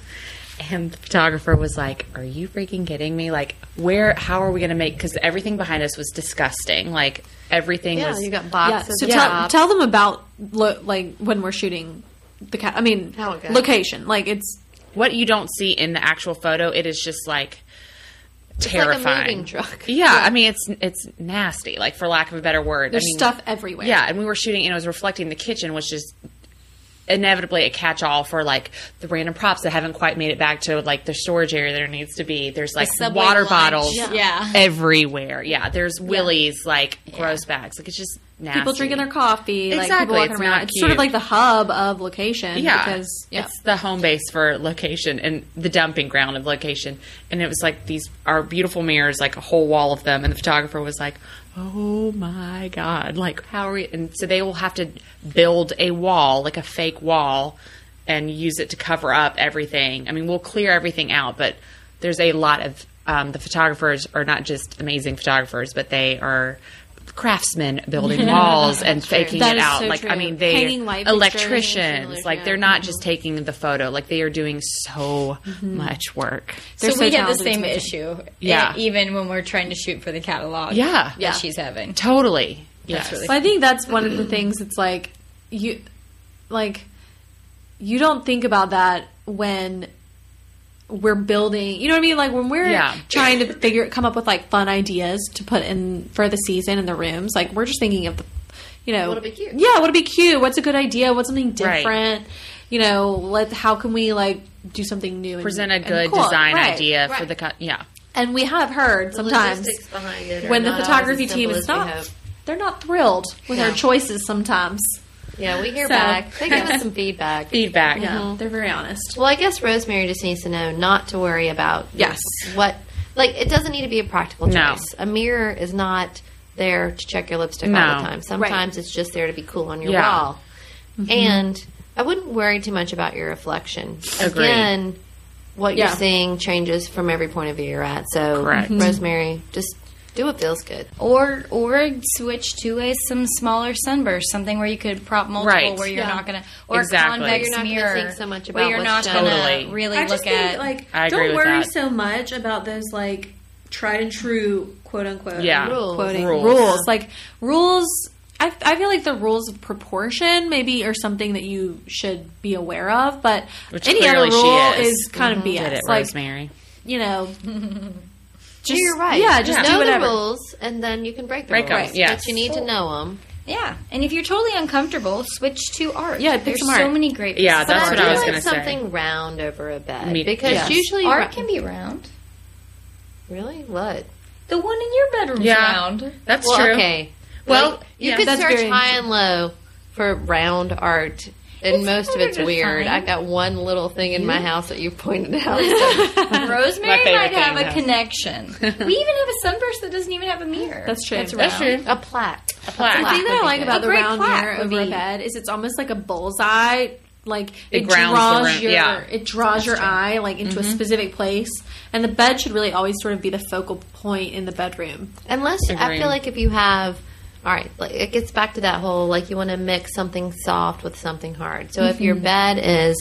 [SPEAKER 4] And the photographer was like, "Are you freaking kidding me? Like, where? How are we going to make? Because everything behind us was disgusting. Like, everything
[SPEAKER 3] Yeah,
[SPEAKER 4] was.
[SPEAKER 3] you got
[SPEAKER 1] Yeah.
[SPEAKER 3] boxes.
[SPEAKER 1] So
[SPEAKER 3] of
[SPEAKER 1] tell,
[SPEAKER 3] props.
[SPEAKER 1] tell them about lo- like when we're shooting the cat. I mean,
[SPEAKER 3] How it goes.
[SPEAKER 1] location. Like it's
[SPEAKER 4] what you don't see in the actual photo, it is just like
[SPEAKER 3] like a
[SPEAKER 4] terrifying.
[SPEAKER 3] moving truck.
[SPEAKER 4] Yeah, I mean it's it's nasty, like for lack of a better word. I
[SPEAKER 1] there's
[SPEAKER 4] mean,
[SPEAKER 1] stuff everywhere.
[SPEAKER 4] Yeah, and we were shooting and it was reflecting the kitchen, which is inevitably a catch all for like the random props that haven't quite made it back to like the storage area there needs to be. There's like
[SPEAKER 2] subway
[SPEAKER 4] water
[SPEAKER 2] lunch.
[SPEAKER 4] bottles
[SPEAKER 2] Yeah.
[SPEAKER 4] everywhere. Yeah. There's willies, like gross bags. Like it's just nasty.
[SPEAKER 1] People drinking their coffee. Like people
[SPEAKER 4] Exactly,
[SPEAKER 1] walking
[SPEAKER 4] it's
[SPEAKER 1] around.
[SPEAKER 4] not
[SPEAKER 1] It's sort of
[SPEAKER 4] cute.
[SPEAKER 1] like the hub of location.
[SPEAKER 4] yeah,
[SPEAKER 1] Because yeah.
[SPEAKER 4] it's the home base for location and the dumping ground of location. And it was like these our beautiful mirrors, like a whole wall of them. And the photographer was like, "Oh my god! Like how are we?" And so they will have to build a wall, like a fake wall, and use it to cover up everything. I mean, we'll clear everything out, but there's a lot of um, the photographers are not just amazing photographers, but they are craftsmen building walls and faking
[SPEAKER 6] That
[SPEAKER 4] it
[SPEAKER 6] is
[SPEAKER 4] out.
[SPEAKER 6] so
[SPEAKER 4] like I
[SPEAKER 6] true.
[SPEAKER 4] mean, they
[SPEAKER 1] Painting white pictures and
[SPEAKER 4] electricians.
[SPEAKER 1] similar,
[SPEAKER 4] Like
[SPEAKER 1] yeah.
[SPEAKER 4] they're not just taking the photo. Like they are doing so much work.
[SPEAKER 2] So,
[SPEAKER 1] They're
[SPEAKER 2] we had the
[SPEAKER 1] talented,
[SPEAKER 2] same
[SPEAKER 1] it's amazing.
[SPEAKER 2] issue,
[SPEAKER 4] Yeah.
[SPEAKER 2] e- even when we're trying to shoot for the catalog.
[SPEAKER 4] Yeah.
[SPEAKER 2] that
[SPEAKER 4] Yeah.
[SPEAKER 2] she's having.
[SPEAKER 4] Totally.
[SPEAKER 2] That's
[SPEAKER 4] Yes.
[SPEAKER 2] really-
[SPEAKER 1] Well, I think that's one of the things. It's like you, like you don't think about that when we're building. You know what I mean? Like when we're
[SPEAKER 4] Yeah.
[SPEAKER 1] trying to figure, come up with like fun ideas to put in for the season in the rooms. Like we're just thinking of the, you know,
[SPEAKER 3] What'll be cute.
[SPEAKER 1] Yeah, what'll be cute? What's a good idea? What's something
[SPEAKER 4] Right.
[SPEAKER 1] different? You know, let how can we like do something new? and-
[SPEAKER 4] Present a
[SPEAKER 1] and
[SPEAKER 4] good
[SPEAKER 1] cool?
[SPEAKER 4] design
[SPEAKER 1] Right.
[SPEAKER 4] idea for
[SPEAKER 3] right.
[SPEAKER 4] the cut. Yeah.
[SPEAKER 1] And we have heard sometimes
[SPEAKER 3] logistics behind it are
[SPEAKER 1] when the
[SPEAKER 3] not always
[SPEAKER 1] photography
[SPEAKER 3] as
[SPEAKER 1] team
[SPEAKER 3] simple
[SPEAKER 1] is
[SPEAKER 3] as we
[SPEAKER 1] not,
[SPEAKER 3] hope.
[SPEAKER 1] they're not thrilled with our
[SPEAKER 3] No.
[SPEAKER 1] choices sometimes.
[SPEAKER 3] Yeah, we hear
[SPEAKER 1] So-
[SPEAKER 3] back. They give us some feedback.
[SPEAKER 4] Feedback.
[SPEAKER 1] Yeah, they're very honest.
[SPEAKER 3] Well, I guess Rosemary just needs to know not to worry about
[SPEAKER 1] Yes.
[SPEAKER 3] what like it doesn't need to be a practical choice.
[SPEAKER 4] No.
[SPEAKER 3] A mirror is not there to check your lipstick all
[SPEAKER 4] No.
[SPEAKER 3] the time. Sometimes it's just there to be cool on your
[SPEAKER 4] Yeah.
[SPEAKER 3] wall. And I wouldn't worry too much about your reflection.
[SPEAKER 4] Agreed.
[SPEAKER 3] Again, what you're
[SPEAKER 1] Yeah.
[SPEAKER 3] seeing changes from every point of view you're at. So
[SPEAKER 4] Correct. Mhm.
[SPEAKER 3] Rosemary, just do what feels good.
[SPEAKER 2] or or switch to a some smaller sunburst, something where you could prop multiple,
[SPEAKER 4] Right.
[SPEAKER 2] where you're
[SPEAKER 1] Yeah.
[SPEAKER 2] not gonna or
[SPEAKER 4] Exactly.
[SPEAKER 2] a convex
[SPEAKER 4] You're
[SPEAKER 3] not gonna
[SPEAKER 2] mirror,
[SPEAKER 3] think so much
[SPEAKER 2] where
[SPEAKER 3] about
[SPEAKER 2] you're not
[SPEAKER 3] what's
[SPEAKER 2] gonna
[SPEAKER 3] done.
[SPEAKER 4] Totally.
[SPEAKER 2] really
[SPEAKER 1] I
[SPEAKER 2] look
[SPEAKER 1] just
[SPEAKER 2] at.
[SPEAKER 1] think like
[SPEAKER 4] I agree
[SPEAKER 1] don't
[SPEAKER 4] with
[SPEAKER 1] worry
[SPEAKER 4] that.
[SPEAKER 1] so much about those like tried and true quote unquote
[SPEAKER 4] Yeah.
[SPEAKER 3] Rules.
[SPEAKER 1] quoting
[SPEAKER 4] Rules.
[SPEAKER 1] rules. like rules. I, I feel like the rules of proportion maybe are something that you should be aware of, but
[SPEAKER 4] Which
[SPEAKER 1] any other
[SPEAKER 4] clearly she
[SPEAKER 1] rule
[SPEAKER 4] is.
[SPEAKER 1] is kind of BS.
[SPEAKER 4] Get it,
[SPEAKER 1] like
[SPEAKER 4] Rosemary.
[SPEAKER 1] you know, just
[SPEAKER 3] you're right.
[SPEAKER 1] Yeah, just
[SPEAKER 4] Yeah.
[SPEAKER 1] do
[SPEAKER 3] know
[SPEAKER 1] whatever.
[SPEAKER 3] the rules and then you can break the
[SPEAKER 4] Break 'em,
[SPEAKER 3] rules.
[SPEAKER 4] yes.
[SPEAKER 3] But you need to know them.
[SPEAKER 2] yeah, and if you're totally uncomfortable, switch to art.
[SPEAKER 1] Yeah, pick
[SPEAKER 2] there's
[SPEAKER 1] some
[SPEAKER 2] so
[SPEAKER 1] art.
[SPEAKER 2] many great.
[SPEAKER 4] Yeah,
[SPEAKER 2] pieces of
[SPEAKER 4] that's
[SPEAKER 2] art.
[SPEAKER 4] what I was
[SPEAKER 3] do
[SPEAKER 4] gonna
[SPEAKER 3] like
[SPEAKER 4] say.
[SPEAKER 3] something round over a bed
[SPEAKER 4] Me-
[SPEAKER 3] because
[SPEAKER 4] yes.
[SPEAKER 3] usually
[SPEAKER 2] Art can be round.
[SPEAKER 3] really what
[SPEAKER 2] The one in your bedroom
[SPEAKER 4] Yeah.
[SPEAKER 2] round.
[SPEAKER 4] That's
[SPEAKER 3] well,
[SPEAKER 4] true.
[SPEAKER 3] Okay.
[SPEAKER 4] Well,
[SPEAKER 3] Like, you
[SPEAKER 4] yeah.
[SPEAKER 3] could
[SPEAKER 1] That's
[SPEAKER 3] search
[SPEAKER 1] very
[SPEAKER 3] high and low for round art, and
[SPEAKER 2] It's
[SPEAKER 3] most of
[SPEAKER 2] harder
[SPEAKER 3] it's
[SPEAKER 2] to
[SPEAKER 3] weird.
[SPEAKER 2] find.
[SPEAKER 3] I've got one little thing in my house that you pointed out. So
[SPEAKER 4] My
[SPEAKER 2] Rosemary
[SPEAKER 4] favorite
[SPEAKER 2] might have
[SPEAKER 4] thing,
[SPEAKER 2] a
[SPEAKER 4] though.
[SPEAKER 2] connection. we even have a sunburst that doesn't even have a mirror.
[SPEAKER 1] That's true.
[SPEAKER 2] That's,
[SPEAKER 1] That's
[SPEAKER 2] round.
[SPEAKER 3] a plaque. A
[SPEAKER 4] plaque.
[SPEAKER 1] The thing that I like about
[SPEAKER 2] A
[SPEAKER 1] the
[SPEAKER 2] great
[SPEAKER 1] round
[SPEAKER 2] plaque
[SPEAKER 1] mirror
[SPEAKER 2] would
[SPEAKER 1] over a
[SPEAKER 2] be-
[SPEAKER 1] bed is it's almost like a bullseye. Like
[SPEAKER 4] It
[SPEAKER 1] it,
[SPEAKER 4] grounds the
[SPEAKER 1] draws
[SPEAKER 4] room,
[SPEAKER 1] your
[SPEAKER 4] yeah.
[SPEAKER 1] it draws your eye like into a specific place, and the bed should really always sort of be the focal point in the bedroom.
[SPEAKER 3] Unless I
[SPEAKER 4] Agreed.
[SPEAKER 3] feel like if you have, all right, like it gets back to that whole like you want to mix something soft with something hard. So if your
[SPEAKER 4] Mm-hmm.
[SPEAKER 3] bed is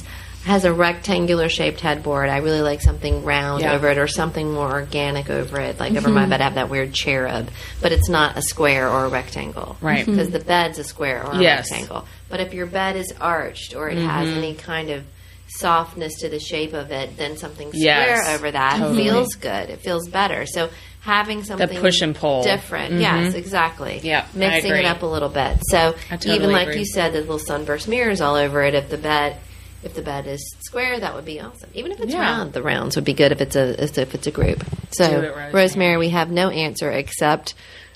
[SPEAKER 3] has a rectangular shaped headboard, I really like something round
[SPEAKER 4] Yeah. Mm-hmm.
[SPEAKER 3] over it or something more organic over it. Like over my bed, I have that weird cherub, but it's not a square or a rectangle,
[SPEAKER 4] Right. Mhm.
[SPEAKER 3] Because the bed's a square or a
[SPEAKER 4] Yes. Mm-hmm.
[SPEAKER 3] rectangle. But if your bed is arched or it has any kind of softness to the shape of it, then something square
[SPEAKER 4] Yes.
[SPEAKER 3] over that
[SPEAKER 4] Totally.
[SPEAKER 3] feels good. It feels better. So having something something
[SPEAKER 4] push and pull.
[SPEAKER 3] different. Yes, exactly.
[SPEAKER 4] Yep, I
[SPEAKER 3] mixing it
[SPEAKER 4] agree.
[SPEAKER 3] up a little bit. So
[SPEAKER 4] I totally
[SPEAKER 3] even like
[SPEAKER 4] agree.
[SPEAKER 3] you said, the little sunburst mirrors all over it. If the bed, if the bed is square, that would be awesome. Even if it's
[SPEAKER 4] Yeah.
[SPEAKER 3] round, the rounds would be good if it's a as if it's a group. So
[SPEAKER 4] Do it, Rosemary.
[SPEAKER 3] we have no answer except.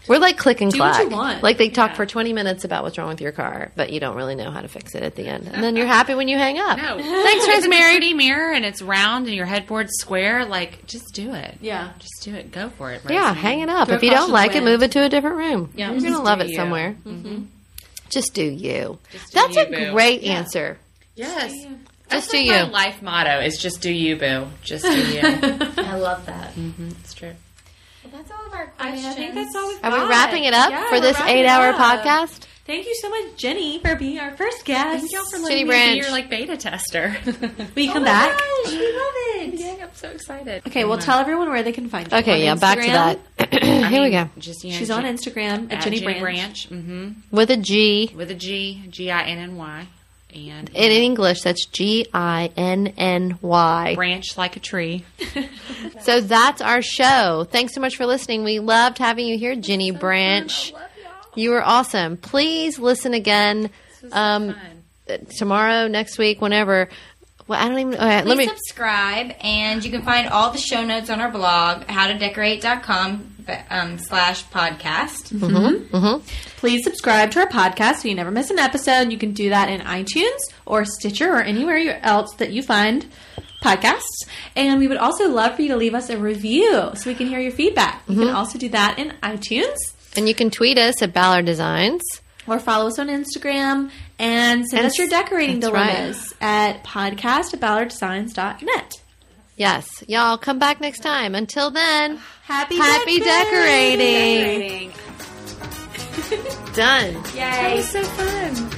[SPEAKER 3] We're like click and
[SPEAKER 1] Do what
[SPEAKER 3] clack.
[SPEAKER 1] you want.
[SPEAKER 3] Like they talk for 20 minutes about what's wrong with your car, but you don't really know how to fix it at the end. And then you're happy when you hang up.
[SPEAKER 4] No.
[SPEAKER 3] Thanks,
[SPEAKER 4] If it's a
[SPEAKER 3] Rosemary.
[SPEAKER 4] pretty mirror and it's round and your headboard's square. Like, just do it.
[SPEAKER 1] Yeah.
[SPEAKER 4] Just do it. Go for it.
[SPEAKER 3] Yeah,
[SPEAKER 4] Rosemary.
[SPEAKER 3] hang it up.
[SPEAKER 1] Throw
[SPEAKER 3] if you
[SPEAKER 1] caution
[SPEAKER 3] don't
[SPEAKER 1] to
[SPEAKER 3] like
[SPEAKER 1] the
[SPEAKER 3] it,
[SPEAKER 1] wind.
[SPEAKER 3] move it to a different room.
[SPEAKER 1] Yeah.
[SPEAKER 3] You're going to
[SPEAKER 4] Just
[SPEAKER 3] love
[SPEAKER 4] do
[SPEAKER 3] it
[SPEAKER 4] you.
[SPEAKER 3] somewhere.
[SPEAKER 1] Mm-hmm.
[SPEAKER 3] Just do you.
[SPEAKER 4] do
[SPEAKER 3] That's
[SPEAKER 4] you,
[SPEAKER 3] a
[SPEAKER 4] boo.
[SPEAKER 3] great answer.
[SPEAKER 4] Yes.
[SPEAKER 3] Just
[SPEAKER 4] That's
[SPEAKER 3] do
[SPEAKER 4] like
[SPEAKER 3] you.
[SPEAKER 4] My life motto is just do you, boo. Just do you.
[SPEAKER 2] I love that.
[SPEAKER 4] it's true.
[SPEAKER 2] That's all of our
[SPEAKER 1] I
[SPEAKER 2] questions.
[SPEAKER 6] think that's all we've
[SPEAKER 3] Are
[SPEAKER 6] got.
[SPEAKER 3] we wrapping it up
[SPEAKER 1] Yeah,
[SPEAKER 3] for
[SPEAKER 1] we're
[SPEAKER 3] this
[SPEAKER 1] wrapping it
[SPEAKER 3] eight hour
[SPEAKER 1] up.
[SPEAKER 3] podcast?
[SPEAKER 1] Thank you so much, Jenny, for being our first guest.
[SPEAKER 4] Thank y'all for
[SPEAKER 3] Jenny
[SPEAKER 4] letting me
[SPEAKER 3] Branch.
[SPEAKER 4] be your like beta tester.
[SPEAKER 1] Will you come back?
[SPEAKER 2] Gosh, we love it.
[SPEAKER 4] Dang, I'm so excited.
[SPEAKER 1] Okay, well, tell everyone where they can find you.
[SPEAKER 3] Okay, yeah,
[SPEAKER 1] on
[SPEAKER 3] back to
[SPEAKER 1] Instagram.
[SPEAKER 3] that. Here we go.
[SPEAKER 4] Just, you know,
[SPEAKER 1] She's
[SPEAKER 4] Jen-
[SPEAKER 1] on Instagram at,
[SPEAKER 4] at
[SPEAKER 1] Jenny, Branch.
[SPEAKER 4] hmm
[SPEAKER 3] With a G.
[SPEAKER 4] With a G, G I N N Y, and
[SPEAKER 3] In English, that's G I N N Y.
[SPEAKER 4] branch like a tree.
[SPEAKER 3] So that's our show. Thanks so much for listening. We loved having you here, Jenny Branch. You were awesome. Please listen again um, tomorrow, next week, whenever. Well, I don't even. all right,
[SPEAKER 2] Please
[SPEAKER 3] let me.
[SPEAKER 2] subscribe, and you can find all the show notes on our blog, howtodecorate.com um, slash podcast.
[SPEAKER 3] Mm-hmm.
[SPEAKER 1] Please subscribe to our podcast so you never miss an episode. You can do that in iTunes or Stitcher or anywhere you- else that you find podcasts. And we would also love for you to leave us a review so we can hear your feedback. You can also do that in iTunes
[SPEAKER 3] And you can tweet us at Ballard Designs.
[SPEAKER 1] or follow us on Instagram and send
[SPEAKER 3] And
[SPEAKER 1] us your decorating
[SPEAKER 3] that's right.
[SPEAKER 1] dilemmas at podcast at ballarddesigns.net.
[SPEAKER 3] Yes, y'all come back next time. Until then.
[SPEAKER 1] Happy,
[SPEAKER 3] Happy
[SPEAKER 1] decorating.
[SPEAKER 3] decorating.
[SPEAKER 1] decorating.
[SPEAKER 7] Done.
[SPEAKER 8] Yay.
[SPEAKER 3] so fun.